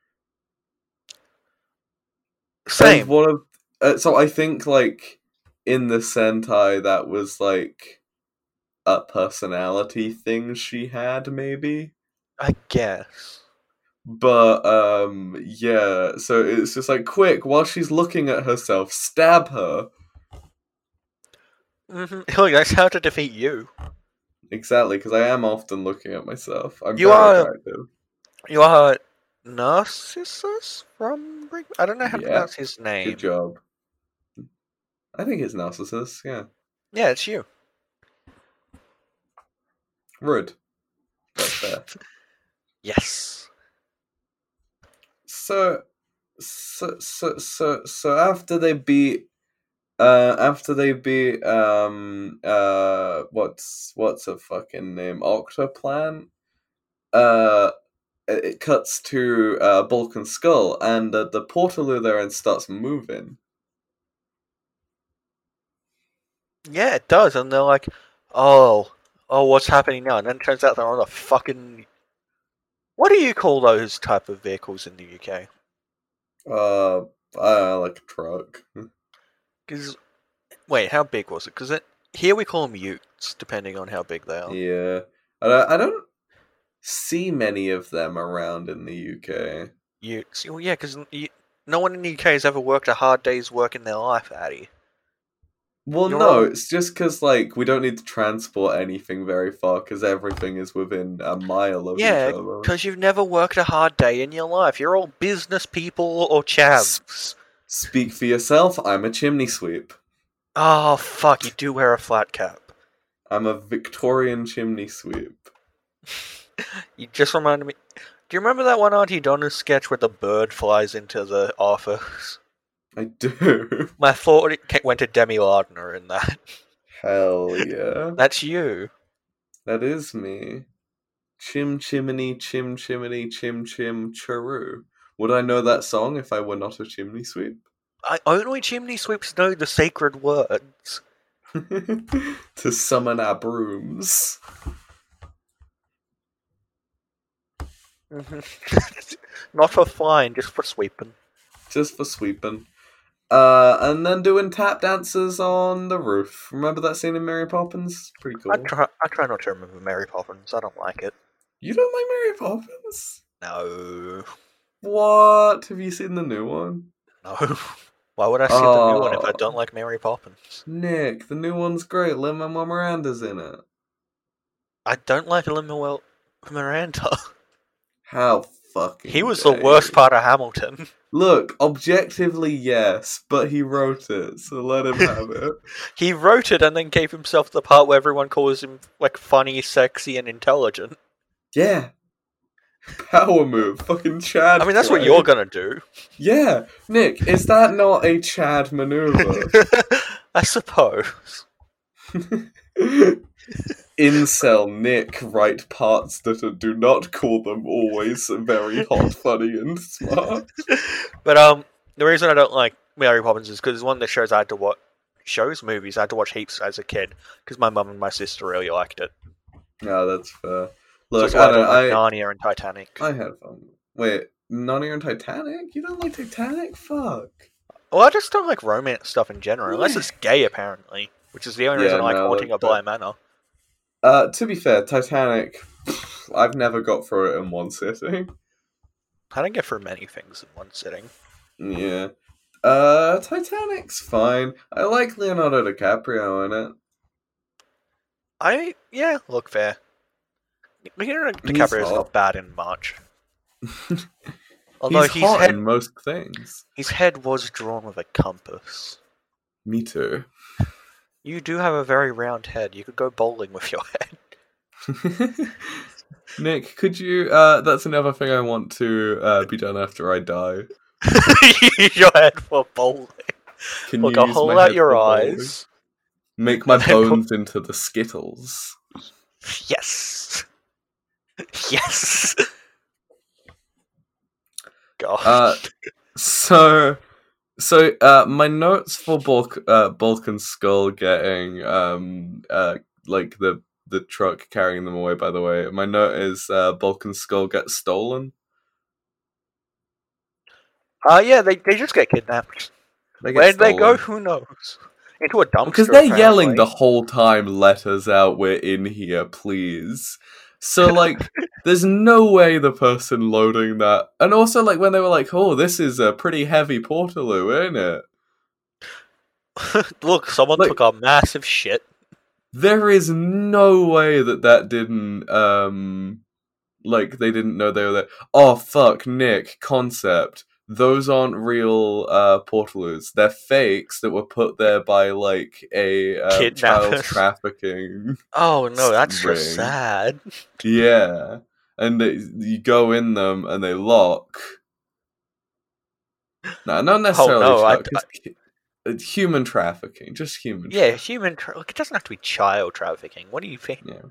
And Same. one of uh, so I think like in the Sentai that was like a personality thing she had maybe. I guess. But um yeah, so it's just like quick while she's looking at herself, stab her. hmm Mm-hmm. (laughs) Look, that's how to defeat you. Exactly, because I am often looking at myself. I'm You very are- attractive. You are Narcissus from. Ring- I don't know how to Yeah. pronounce his name. Good job. I think it's narcissist. Yeah, Yeah, it's you. rude. That's fair. Yes. so so so so so after they beat uh after they beat um uh what's what's a fucking name octoplan uh it it cuts to uh Balkan Skull and uh, the portaloo there and starts moving. Yeah, it does, and they're like, oh, oh, what's happening now? And then it turns out they're on a fucking. What do you call those type of vehicles in the UK? Uh, uh like a truck. Because wait, how big was it? Because it here we call them Utes, depending on how big they are. Yeah. I don't, I don't see many of them around in the UK. Utes. Well, yeah, because no one in the UK has ever worked a hard day's work in their life, Addy. Well, You're no, right. it's just because like we don't need to transport anything very far because everything is within a mile of Yeah, each other. Because you've never worked a hard day in your life. You're all business people or chavs. Speak for yourself. I'm a chimney sweep. Oh, fuck, you do wear a flat cap. I'm a Victorian chimney sweep. You just reminded me. Do you remember that one Auntie Donna sketch where the bird flies into the office? (laughs) I do. (laughs) My thought ca- went to Demi Lardner in that. (laughs) Hell yeah. That's you. That is me. Chim chimney, chim chimney, chim chim churu. Would I know that song if I were not a chimney sweep? (laughs) I, only chimney sweeps know the sacred words. (laughs) to summon our brooms. Not for flying, just for sweeping. Just for sweeping. Uh, and then doing tap dances on the roof. Remember that scene in Mary Poppins? Pretty cool. I try. I try not to remember Mary Poppins. I don't like it. You don't like Mary Poppins? No, (laughs) What? Have you seen the new one? no. Why would I see the new one if I don't like Mary Poppins? Nick, the new one's great. Lin Manuel Miranda's in it. I don't like Lin Manuel Miranda. (laughs) How fucking. He was dare the worst you. part of Hamilton. (laughs) Look, objectively, yes, but he wrote it, so let him (laughs) have it. He wrote it and then gave himself the part where everyone calls him like funny, sexy, and intelligent. Yeah. Power move, fucking Chad. I mean, that's what play. you're gonna do. Yeah, Nick, is that not a Chad maneuver? (laughs) I suppose. Incel Nick write parts that are, do not call them always very hot, funny, and (laughs) smart. But um, the reason I don't like Mary Poppins is because it's one of the shows I had to watch. Shows, movies I had to watch heaps as a kid because my mum and my sister really liked it. No, that's fair. So Look, that's why I, don't, I, I, don't like Narnia and Titanic. I had fun. Wait, Narnia and Titanic? You don't like Titanic? Fuck. well, I just don't like romance stuff in general, unless Yeah. it's gay apparently, which is the only Yeah, reason I like no, haunting a like Bly Manor. Uh, to be fair, Titanic, I've never got through it in one sitting. I don't get through many things in one sitting. Yeah. Uh, Titanic's fine. I like Leonardo DiCaprio in it. I yeah, look fair. Leonardo He's DiCaprio's hot. not bad in much. (laughs) Although he's his hot head in most things. his head was drawn with a compass. Me too. You do have a very round head. You could go bowling with your head. (laughs) Nick, could you? Uh, that's another thing I want to uh, be done after I die. (laughs) Use your head (laughs) for bowling. Can Look, you I'll use hold my out head your for bowling? eyes. Make (laughs) my and then put- bones into the skittles. Yes. Yes. God. Uh, so so uh my notes for bulk uh bulk and skull getting um uh like the the truck carrying them away by the way my note is uh bulk and skull get stolen Uh, yeah, they, they just get kidnapped. they get Where'd they go? stolen. Who knows? Into a dumpster. because they're yelling apparently. the whole time let us out we're in here please so like there's no way the person loading that and also like when they were like oh this is a pretty heavy portaloo isn't it Look, someone Like- took a massive shit. there is no way that that didn't um like they didn't know they were there oh fuck nick concept those aren't real uh portaloos they're fakes that were put there by like a uh, child Kidnappers. trafficking Oh no, that's just Spring. sad. yeah and they, you go in them and they lock no not necessarily Oh, no, I- child, 'cause ki- it's human trafficking just human Yeah, human. Tra- Look, it doesn't have to be child trafficking. What do you think? Yeah.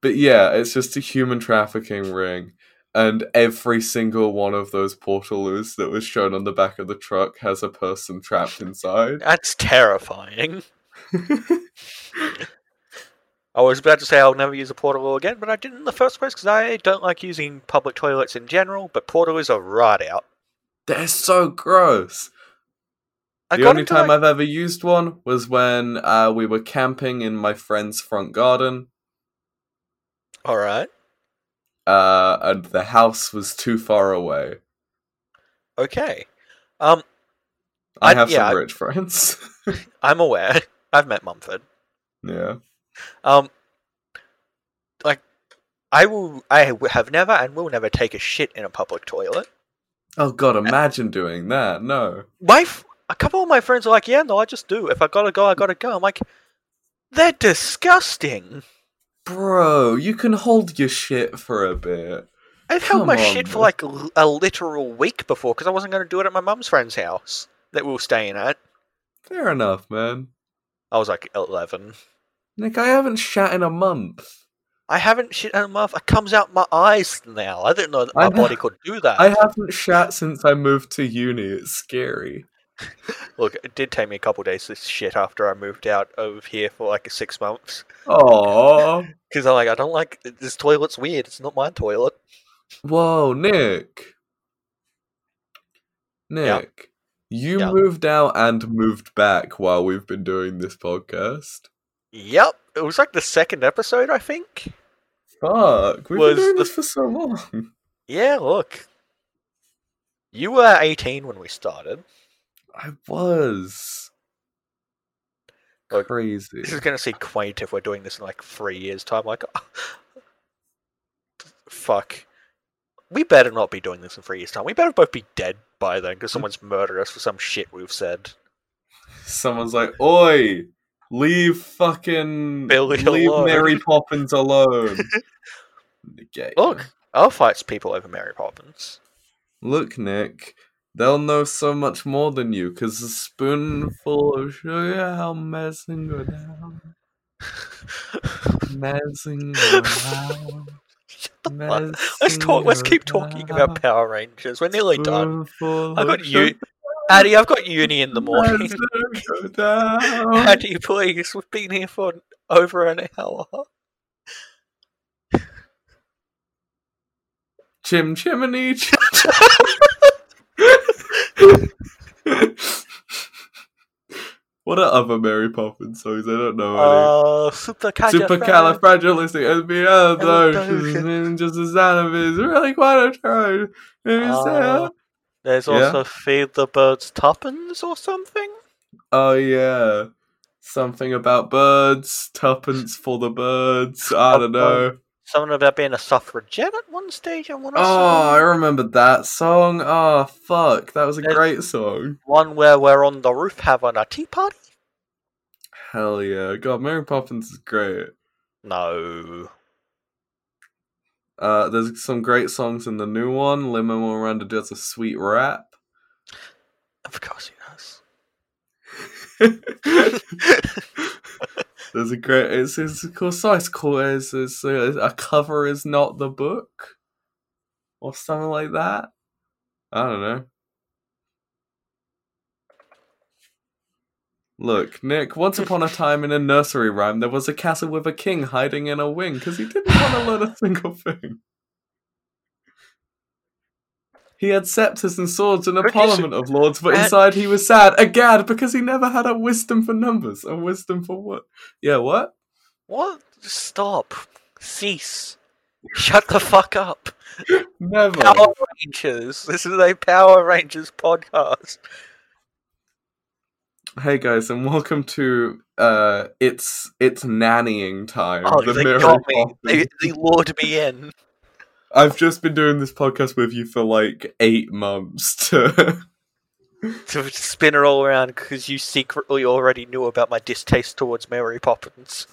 But yeah, it's just a human trafficking ring. And every single one of those portaloos that was shown on the back of the truck has a person trapped inside. That's terrifying. I was about to say I'll never use a portal again, but I didn't in the first place because I don't like using public toilets in general. But portaloos are right out. They're so gross. I the got only into, time like- I've ever used one was when uh, we were camping in my friend's front garden, All right. uh, and the house was too far away. Okay. Um, I I'd- have yeah, I- (laughs) some rich friends. I'm aware. (laughs) I've met Mumford. Yeah. Um, like, I will. I w- have never and will never take a shit in a public toilet. Oh god, imagine doing that. No. My f- a couple of my friends are like, "Yeah, no, I just do. If I gotta go, I gotta go." I'm like, they're disgusting. Bro, you can hold your shit for a bit. I've held Come my on, shit for man. like l- a literal week before because I wasn't gonna do it at my mum's friend's house that we were staying at. Fair enough, man. I was like eleven. Nick, I haven't shat in a month. I haven't shit in a month. It comes out my eyes now. I didn't know that my I know. body could do that. I haven't shat since I moved to uni. It's scary. Look, it did take me a couple days to shit after I moved out of here for like six months. Aww. Because I'm like, I don't like this toilet's weird. It's not my toilet. Whoa, Nick. Nick, you Yeah. moved out and moved back while we've been doing this podcast. Yep, it was like the second episode, I think. Fuck, we've Was been doing the- this for so long. Yeah, look, you were 18 when we started. I was Look, (laughs) crazy. This is gonna seem quaint if we're doing this in like three years' time. Like, (laughs) fuck, we better not be doing this in three years' time. We better both be dead by then because someone's murdered us for some shit we've said. Someone's like, "Oi, leave fucking Billy leave alone." (laughs) Mary Poppins alone." Negate. Look, I'll fight people over Mary Poppins. Look, Nick, they'll know so much more than you because a spoonful of sugar, how messing around, messing around. (laughs) Shut the fuck- Let's talk. Let's keep talking about Power Rangers. We're nearly done. I got you, Addy. I've got uni in (laughs) the morning. (laughs) morning. Addy, please. We've been here for over an hour. Chim chimney. what are other Mary Poppins songs? I don't know any. Uh, supercalifragilistic. Supercalifragilistic, just a sound of it is really quite a Uh, try. There's Yeah. also feed the birds tuppence or something. Oh yeah, something about birds, tuppence for the birds. I don't know. Something about being a suffragette at one stage. I want to Oh, I remember that song. Oh fuck, that was a There's- great song. One where we're on the roof having a tea party. Hell yeah, God, Mary Poppins is great. No. Uh, there's some great songs in the new one. Limo Miranda does a sweet rap. Of course he does. (laughs) There's a great. It's it's of course so it's called it's, it's, uh, a cover is not the book, or something like that. I don't know. Look, Nick. Once upon a time, in a nursery rhyme, there was a castle with a king hiding in a wing because he didn't want to learn a single thing. He had scepters and swords and a Could you parliament of lords, but Uh, inside he was sad, agad, because he never had a wisdom for numbers, a wisdom for what? Yeah, what? What? Stop. Cease. Shut the fuck up. Never. Power Rangers. This is a Power Rangers podcast. Hey guys, and welcome to uh, it's it's nannying time. Oh, the they Mary got me. They, Poppins. they lured me in. I've just been doing this podcast with you for like eight months. To... (laughs) to spin it all around because you secretly already knew about my distaste towards Mary Poppins.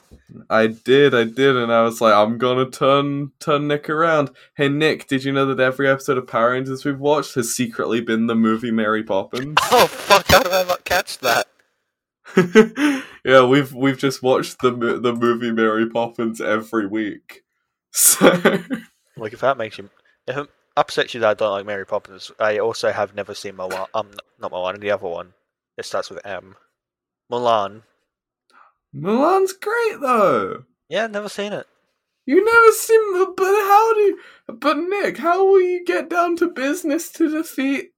I did, I did, and I was like, I'm gonna turn turn Nick around. Hey Nick, did you know that every episode of Power Rangers we've watched has secretly been the movie Mary Poppins? Oh fuck! How did I not catch that? (laughs) yeah, we've we've just watched the mo- the movie Mary Poppins every week. (laughs) So Like if that makes you, if it upsets you that I don't like Mary Poppins, I also have never seen Mulan. Um, not Mulan, the other one. It starts with M. Mulan. Milan's great though. Yeah, never seen it. You never seen the but how do you, but Nick, how will you get down to business to defeat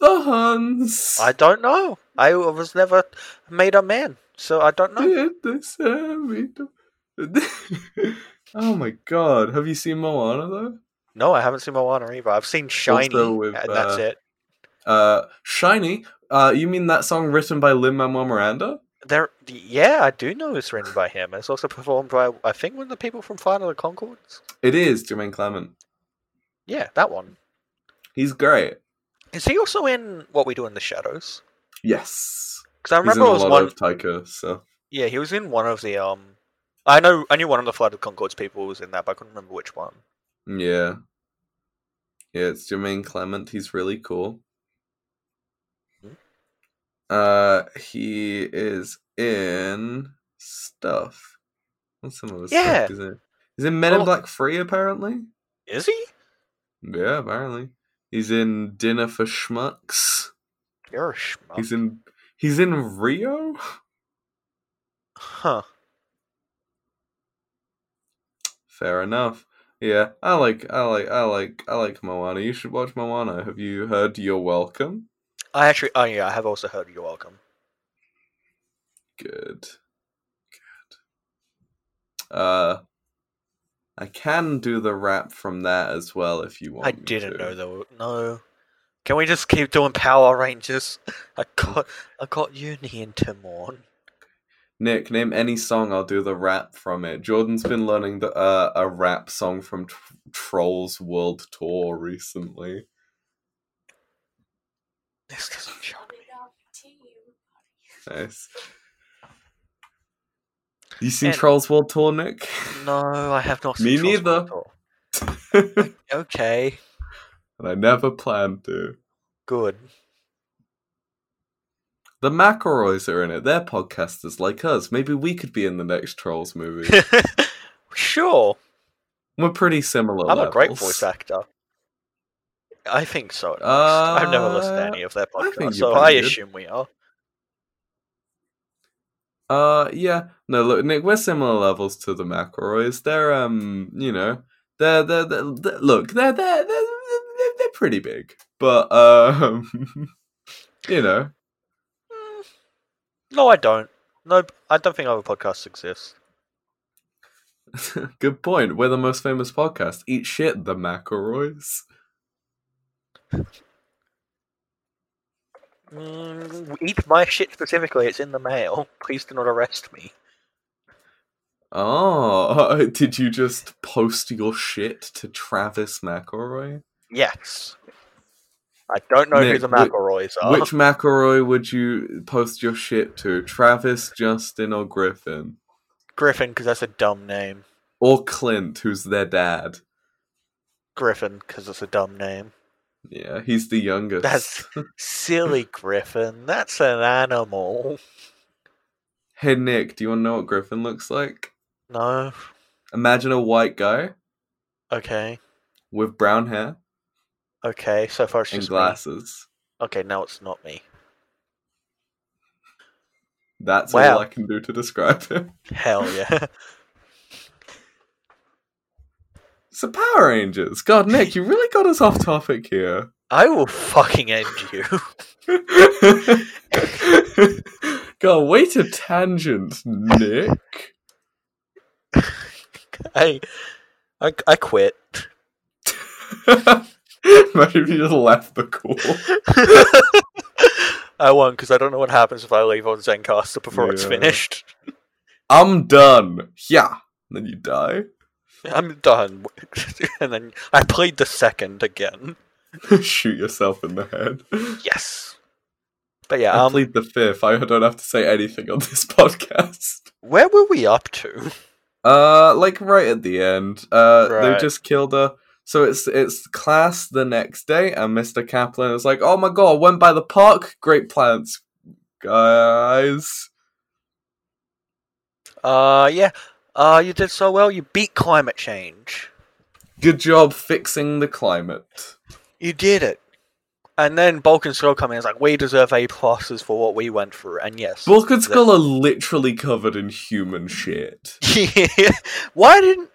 the Huns? I don't know. I was never made a man, so I don't know. (laughs) did this every time. (laughs) Oh my god, have you seen Moana though? No, I haven't seen Moana either. I've seen Shiny, with, and that's uh, it. Uh Shiny, uh you mean that song written by Lin Manuel Miranda? There, yeah, I do know it's written by him. It's also performed by I think one of the people from Flight of the Concords. It is Jermaine Clement. Yeah, that one. He's great. Is he also in What We Do in the Shadows? Yes. Because I He's in remember a it was lot one. of Taika, so. Yeah, he was in one of the um. I know I knew one of the Flight of the Concords people was in that, but I couldn't remember which one. Yeah. Yeah, it's Jermaine Clement. He's really cool. Uh, he is in stuff. What's some of his Yeah. stuff? He's in, he's in Men in Oh. Black Free, apparently. Is he? Yeah, apparently. He's in Dinner for Schmucks. You're a schmuck. He's in. He's in Rio. Huh. Fair enough. Yeah, I like, I like, I like, I like Moana. You should watch Moana. Have you heard You're Welcome? I actually. Oh yeah, I have also heard You're Welcome. Good. Good. Uh I can do the rap from that as well if you want. I me didn't to. know there were no. Can we just keep doing Power Rangers? I got I got uni into morn. Nick, name any song, I'll do the rap from it. Jordan's been learning the uh, a rap song from Tr- Trolls World Tour recently. This doesn't shock me. Nice. You seen And- Trolls World Tour, Nick? No, I have not. Me seen Trolls neither. World (laughs) and Tour. Okay, I never planned to. good. The McElroys are in it. They're podcasters like us. Maybe we could be in the next Trolls movie. (laughs) sure, We're pretty similar. I'm a great levels. voice actor. I think so. at least. I've never listened to Uh, any of their I think you're podcasts, so pretty I good. assume we are. Uh, yeah. No, look, Nick, we're similar levels to the McElroys. They're um, you know, they're they're, they're, they're- look, they're they're, they're they're they're pretty big, but um, (laughs) you know, (laughs) Mm. No, I don't. No, I don't think other podcasts exist. good point. We're the most famous podcast. Eat shit, the McElroys. Mm, eat my shit specifically. It's in the mail. (laughs) Please do not arrest me. Oh, (laughs) did you just post your shit to Travis McElroy? Yes. I don't know who Nick, the whi- McElroys are. Which McElroy would you post your shit to? Travis, Justin, or Griffin? (laughs) Griffin, because that's a dumb name. Or Clint, who's their dad. Griffin, because it's a dumb name. Yeah, he's the youngest. That's- (laughs) Silly Griffin. That's an animal. Hey Nick, do you want to know what Griffin looks like? No. Imagine a white guy Okay. with brown hair Okay. So far, it's and just me. glasses. Okay, now it's not me. That's Wow. all I can do to describe him. Hell yeah. (laughs) So Power Rangers. God, Nick, you really got us off topic here. (laughs) I will fucking end you. (laughs) God, way to tangent, Nick. (laughs) I, I, I quit. (laughs) Imagine if you just left the call. I won because I don't know what happens if I leave on Zencaster before it's Yeah. finished. (laughs) I'm done. Yeah. And then you die. (laughs) I'm done. (laughs) and then I played the second again. Shoot yourself in the head. Yes. But yeah, I um, plead the fifth. I don't have to say anything on this (laughs) podcast. where were we up to? Uh, like right at the end. Uh, Right. they just killed her. So it's it's class the next day, and Mr. Kaplan is like, "Oh my god, I went by the park. Great plants, guys." Uh, yeah. Uh, you did so well. You beat climate change. Good job fixing the climate. You did it. And then Balkan Skull come in. It's like we deserve A pluses for what we went through. And yes, Balkan Skull are literally covered in human shit. (laughs) Why didn't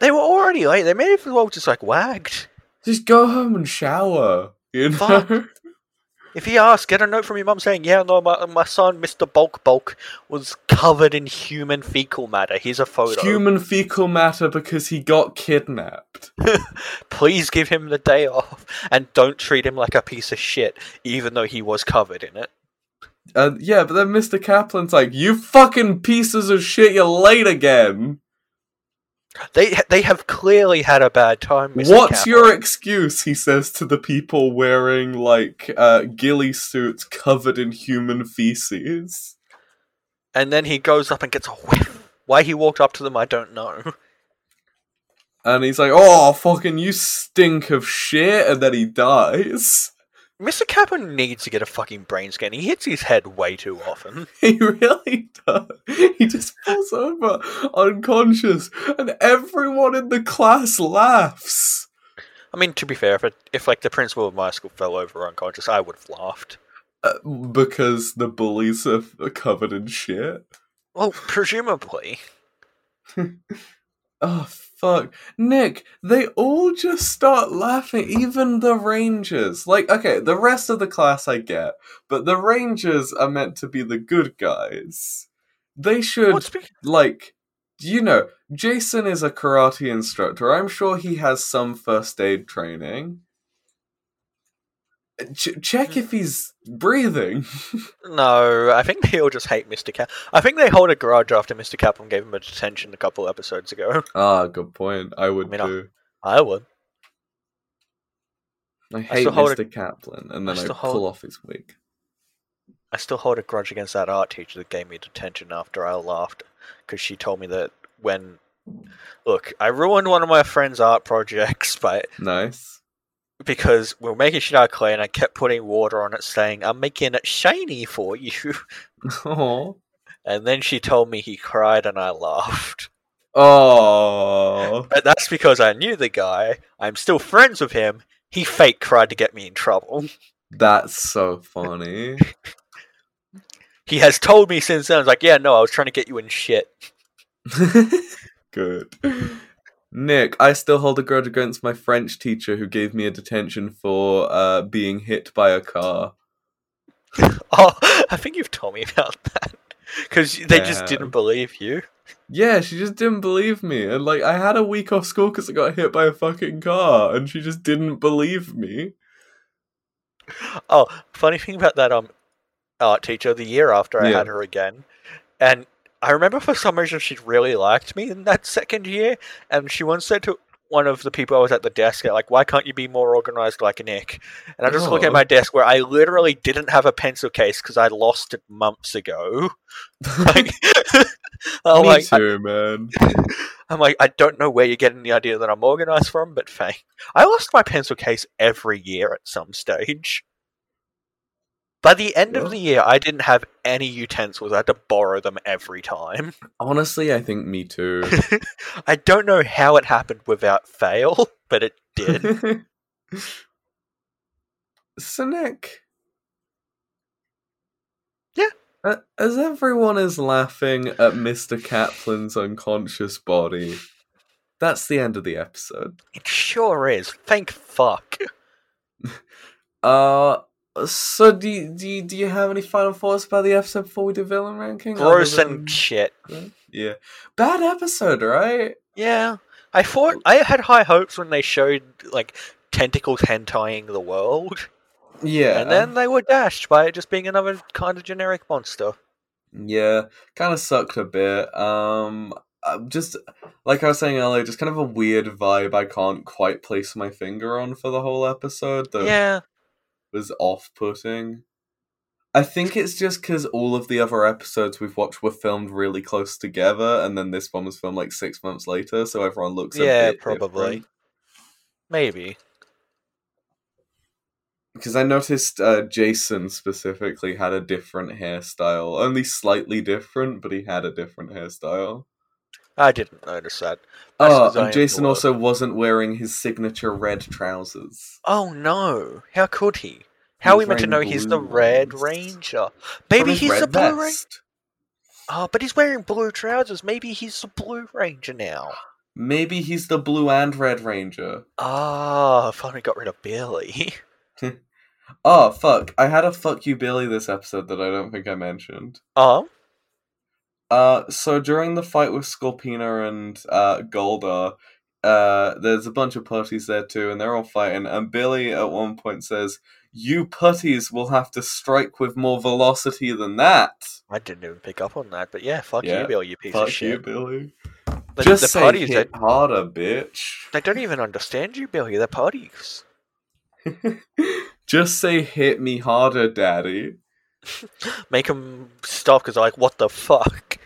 they were already late? They may have well just like wagged. Just go home and shower. You know. Fuck. If you ask, get a note from your mum saying, "Yeah, no, my my son, Mister Bulk Bulk, was covered in human fecal matter. Here's a photo. Human fecal matter because he got kidnapped. Please give him the day off and don't treat him like a piece of shit, even though he was covered in it." And Uh, yeah, but then Mr. Kaplan's like, "You fucking pieces of shit, you're late again. They they have clearly had a bad time. Mr. What's Kaplan. your excuse?" He says to the people wearing like uh, ghillie suits covered in human feces. And then he goes up and gets a whiff. Why he walked up to them, I don't know. (laughs) And he's like, "Oh, fucking, you stink of shit," and then he dies. (laughs) Mr. Kaplan needs to get a fucking brain scan. He hits his head way too often. He really does. He just falls over unconscious, and everyone in the class laughs. I mean, to be fair, if it, if like the principal of my school fell over unconscious, I would have laughed. Uh, because the bullies are, are covered in shit. Well, presumably. Oh, fuck. Nick, they all just start laughing, even the Rangers. Like, okay, the rest of the class I get, but the Rangers are meant to be the good guys. They should. What's be- like you know jason is a karate instructor i'm sure he has some first aid training Eh, Ch- Hmm. check if he's breathing (laughs) no, I think they all just hate Mr. Cap. I think they hold a grudge after Mr. Kaplan gave him a detention a couple episodes ago. (laughs) ah good point i would I mean, I- do I would. i hate still hold mr kaplan and then I i, still pull hold- off his wig I still hold a grudge against that art teacher that gave me detention after I laughed because she told me that when. Look, I ruined one of my friend's art projects (laughs) by nice (laughs) because we were making shit out of clay and I kept putting water on it, saying, I'm making it shiny for you. (laughs) oh And then she told me he cried and I laughed. oh But that's because I knew the guy. I'm still friends with him. He fake cried to get me in trouble. (laughs) that's so funny (laughs) He has told me since then, I was like, yeah, no, I was trying to get you in shit. Good. Nick, I still hold a grudge against my French teacher who gave me a detention for uh, being hit by a car. Oh, (laughs) I think you've told me about (laughs) that. Because they just Yeah. didn't believe you. Yeah, she just didn't believe me. And, like, I had a week off school because I got hit by a fucking car, and she just didn't believe me. Oh, funny thing about that um art teacher, the year after I Yeah. had her again, and I remember for some reason she really liked me in that second year, and she once said to one of the people I was at the desk, like, "Why can't you be more organized like Nick?" And I just look Oh. at my desk where I literally didn't have a pencil case because I lost it (laughs) months ago. Like, (laughs) I'm me like, too, man. I'm like, I don't know where you're getting the idea that I'm organized from, but fine. I lost my pencil case every year at some stage. By the end Yeah. of the year, I didn't have any utensils. I had to borrow them every time. (laughs) Honestly, I think me too. I don't know how it happened without fail, (laughs) but it (laughs) did. so, Nick. Yeah. A- Uh, As everyone is laughing at Mr. Kaplan's unconscious body, that's the end of the episode. it sure is. Thank fuck. Uh, so do you, do you, do you have any final thoughts about the episode before we do villain ranking? Gross Other and shit. than- yeah, bad episode, right? Yeah. I thought I had high hopes when they showed like tentacles hentai-ing the world. Yeah, And then they were dashed by it just being another kind of generic monster. Yeah, kind of sucked a bit. Um, I'm just like I was saying earlier, just kind of a weird vibe. I can't quite place my finger on for the whole episode. That Yeah. was off-putting. I think it's just because all of the other episodes we've watched were filmed really close together, and then this one was filmed like six months later, so everyone looks a Yeah, bit probably. Maybe. Because I noticed uh, Jason specifically had a different hairstyle, only slightly different, but he had a different hairstyle. I didn't notice that. That's Oh, 'cause I am and Jason the also wasn't wearing his signature red trousers. Oh no. How could he? How are we was meant to know wearing he's the blue Red ones. Ranger? From Maybe his he's red the Blue Ranger. vest. Oh, but he's wearing blue trousers. Maybe he's the Blue Ranger now. Maybe he's the blue and red ranger. Ah, finally got rid of Billy. (laughs) Oh fuck! I had a fuck you Billy this episode that I don't think I mentioned. Oh, Uh, so during the fight with Scorpina and uh, Goldar, uh, there's a bunch of parties there too, and they're all fighting. And Billy at one point says, you putties will have to strike with more velocity than that. I didn't even pick up on that, but yeah, fuck Yeah, you, Bill, you piece of Fuck shit. you, Billy. The, Just the say putties, hit they, harder, bitch. they don't even understand you, Billy. They're putties. Just say hit me harder, daddy. Make them stop because, like, what the fuck?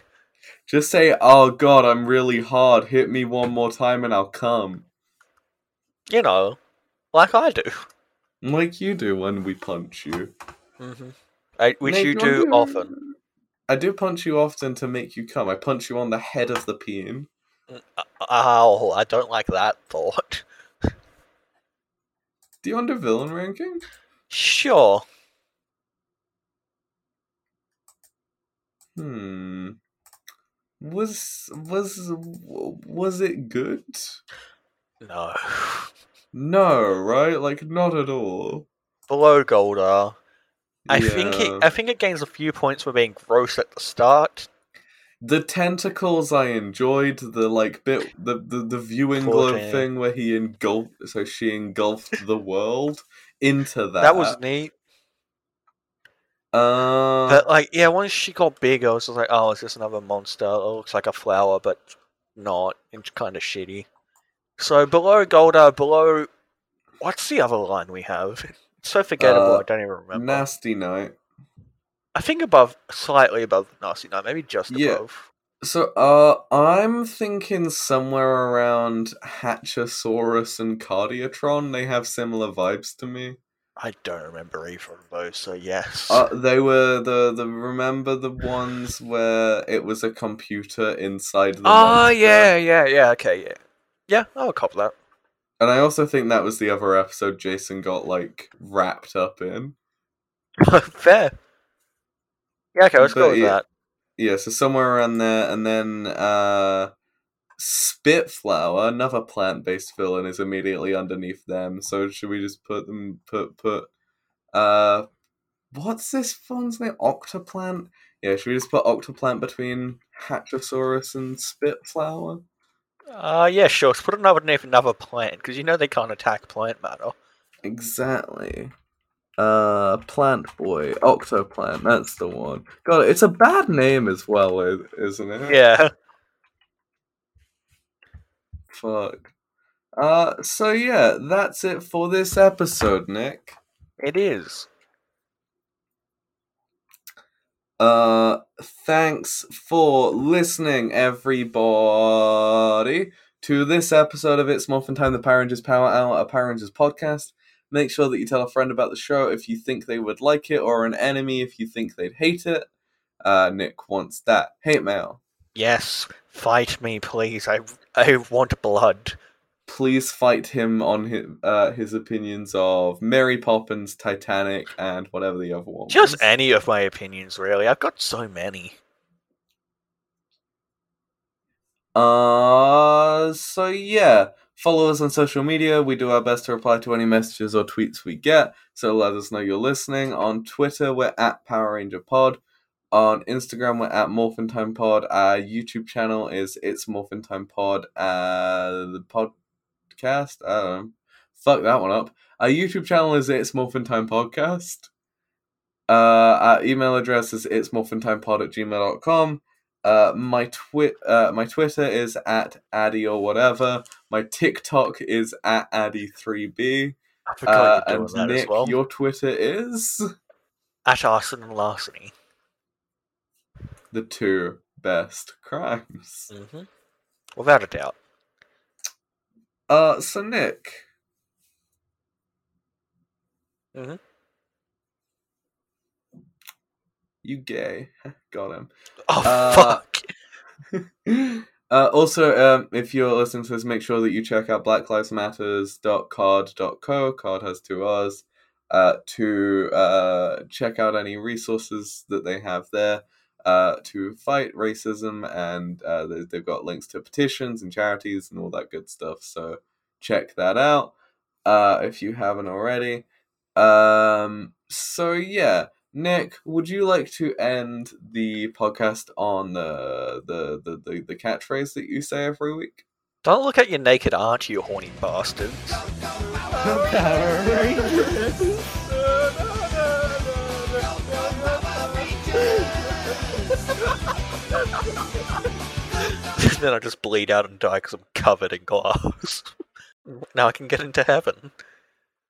Just say, oh god, I'm really hard. Hit me one more time and I'll come. You know, like I do. Like you do when we punch you. Mm-hmm. hmm I, which Make you your do move. often. I do punch you often to make you come. I punch you on the head of the peen. Oh, I don't like that thought. (laughs) Do you under villain ranking? Sure. Hmm. Was was was it good? No. No, right? Like not at all. Below Goldar. I think Yeah. it, I think it gains a few points for being gross at the start. the tentacles I enjoyed the like bit the the, the viewing Poor globe thing. thing where he engulfed so she engulfed the world into that. That, was neat. uh But like, yeah, once she got big, I was just like, oh, is this another monster? Oh, it looks like a flower, but not. It's kind of shitty. So below Goldar, below what's the other line we have? (laughs) It's so forgettable. Uh, I don't even remember. nasty night. I think above, slightly above Nasty Night, maybe just Yeah. above. So uh I'm thinking somewhere around Hatchosaurus and Cardiatron they have similar vibes to me. I don't remember either of those. So yes. (laughs) Uh, they were the the remember the ones where it was a computer inside the oh monster? yeah, yeah, yeah. Okay, yeah, yeah. I'll cop that. (laughs) And I also think that was the other episode Jason got like wrapped up in. Fair. Yeah, okay, let's But go with yeah. that. Yeah, so somewhere around there, and then uh Spitflower, another plant-based villain, is immediately underneath them. So should we just put them put put uh what's this one's name? Octoplant? Yeah, should we just put Octoplant between Hatchosaurus and Spitflower? Uh, yeah, sure. Let's put another name for another plant because you know they can't attack plant matter. Exactly. Uh, Plant Boy, Octoplant. That's the one. God, it's a bad name as well, i- isn't it? Yeah. (laughs) Fuck. Uh, so yeah, that's it for this episode, Nick. It is. Uh, thanks for listening, everybody, to this episode of It's Morphin Time, the Power Rangers Power Hour, a Power Rangers podcast. Make sure that you tell a friend about the show if you think they would like it, or an enemy if you think they'd hate it. Uh, Nick wants that. Hate mail. Yes. Fight me, please. I I want blood. Please fight him on his, uh, his opinions of Mary Poppins, Titanic, and whatever the other one was. Just any of my opinions, really. I've got so many. Uh, so yeah, follow us on social media. We do our best to reply to any messages or tweets we get. So let us know you're listening. On Twitter, we're at Power Ranger Pod. On Instagram, we're at Morphin Time Pod. Our YouTube channel is It's Morphin Time Pod. Uh, the podcast. I don't know. Fuck that one up. Our YouTube channel is It's Morphin Time Podcast. Uh, our email address is It's Morphin Time Pod at gmail.com. Uh, my twi- uh, my Twitter is at Addy or whatever. My TikTok is at Addy3B. I Uh, forgot you're and doing that Nick, as well. your Twitter is At arson and larceny. the two best crimes. hmm Without a doubt. Uh, so Nick. Mhm. You gay? (laughs) Got him. Oh Uh, fuck. (laughs) uh, also, um, if you're listening to this, make sure that you check out blacklivesmatters.card.co. Card has two R's. Uh, to uh, check out any resources that they have there uh, to fight racism, and uh, they- they've got links to petitions and charities and all that good stuff. So check that out uh, if you haven't already. Um, so yeah, Nick, would you like to end the podcast on the the, the, the, the catchphrase that you say every week? Don't look at your (laughs) naked aunt, you horny bastards. Power Rangers. (laughs) then I just bleed out and die because I'm covered in glass. now I can get into heaven.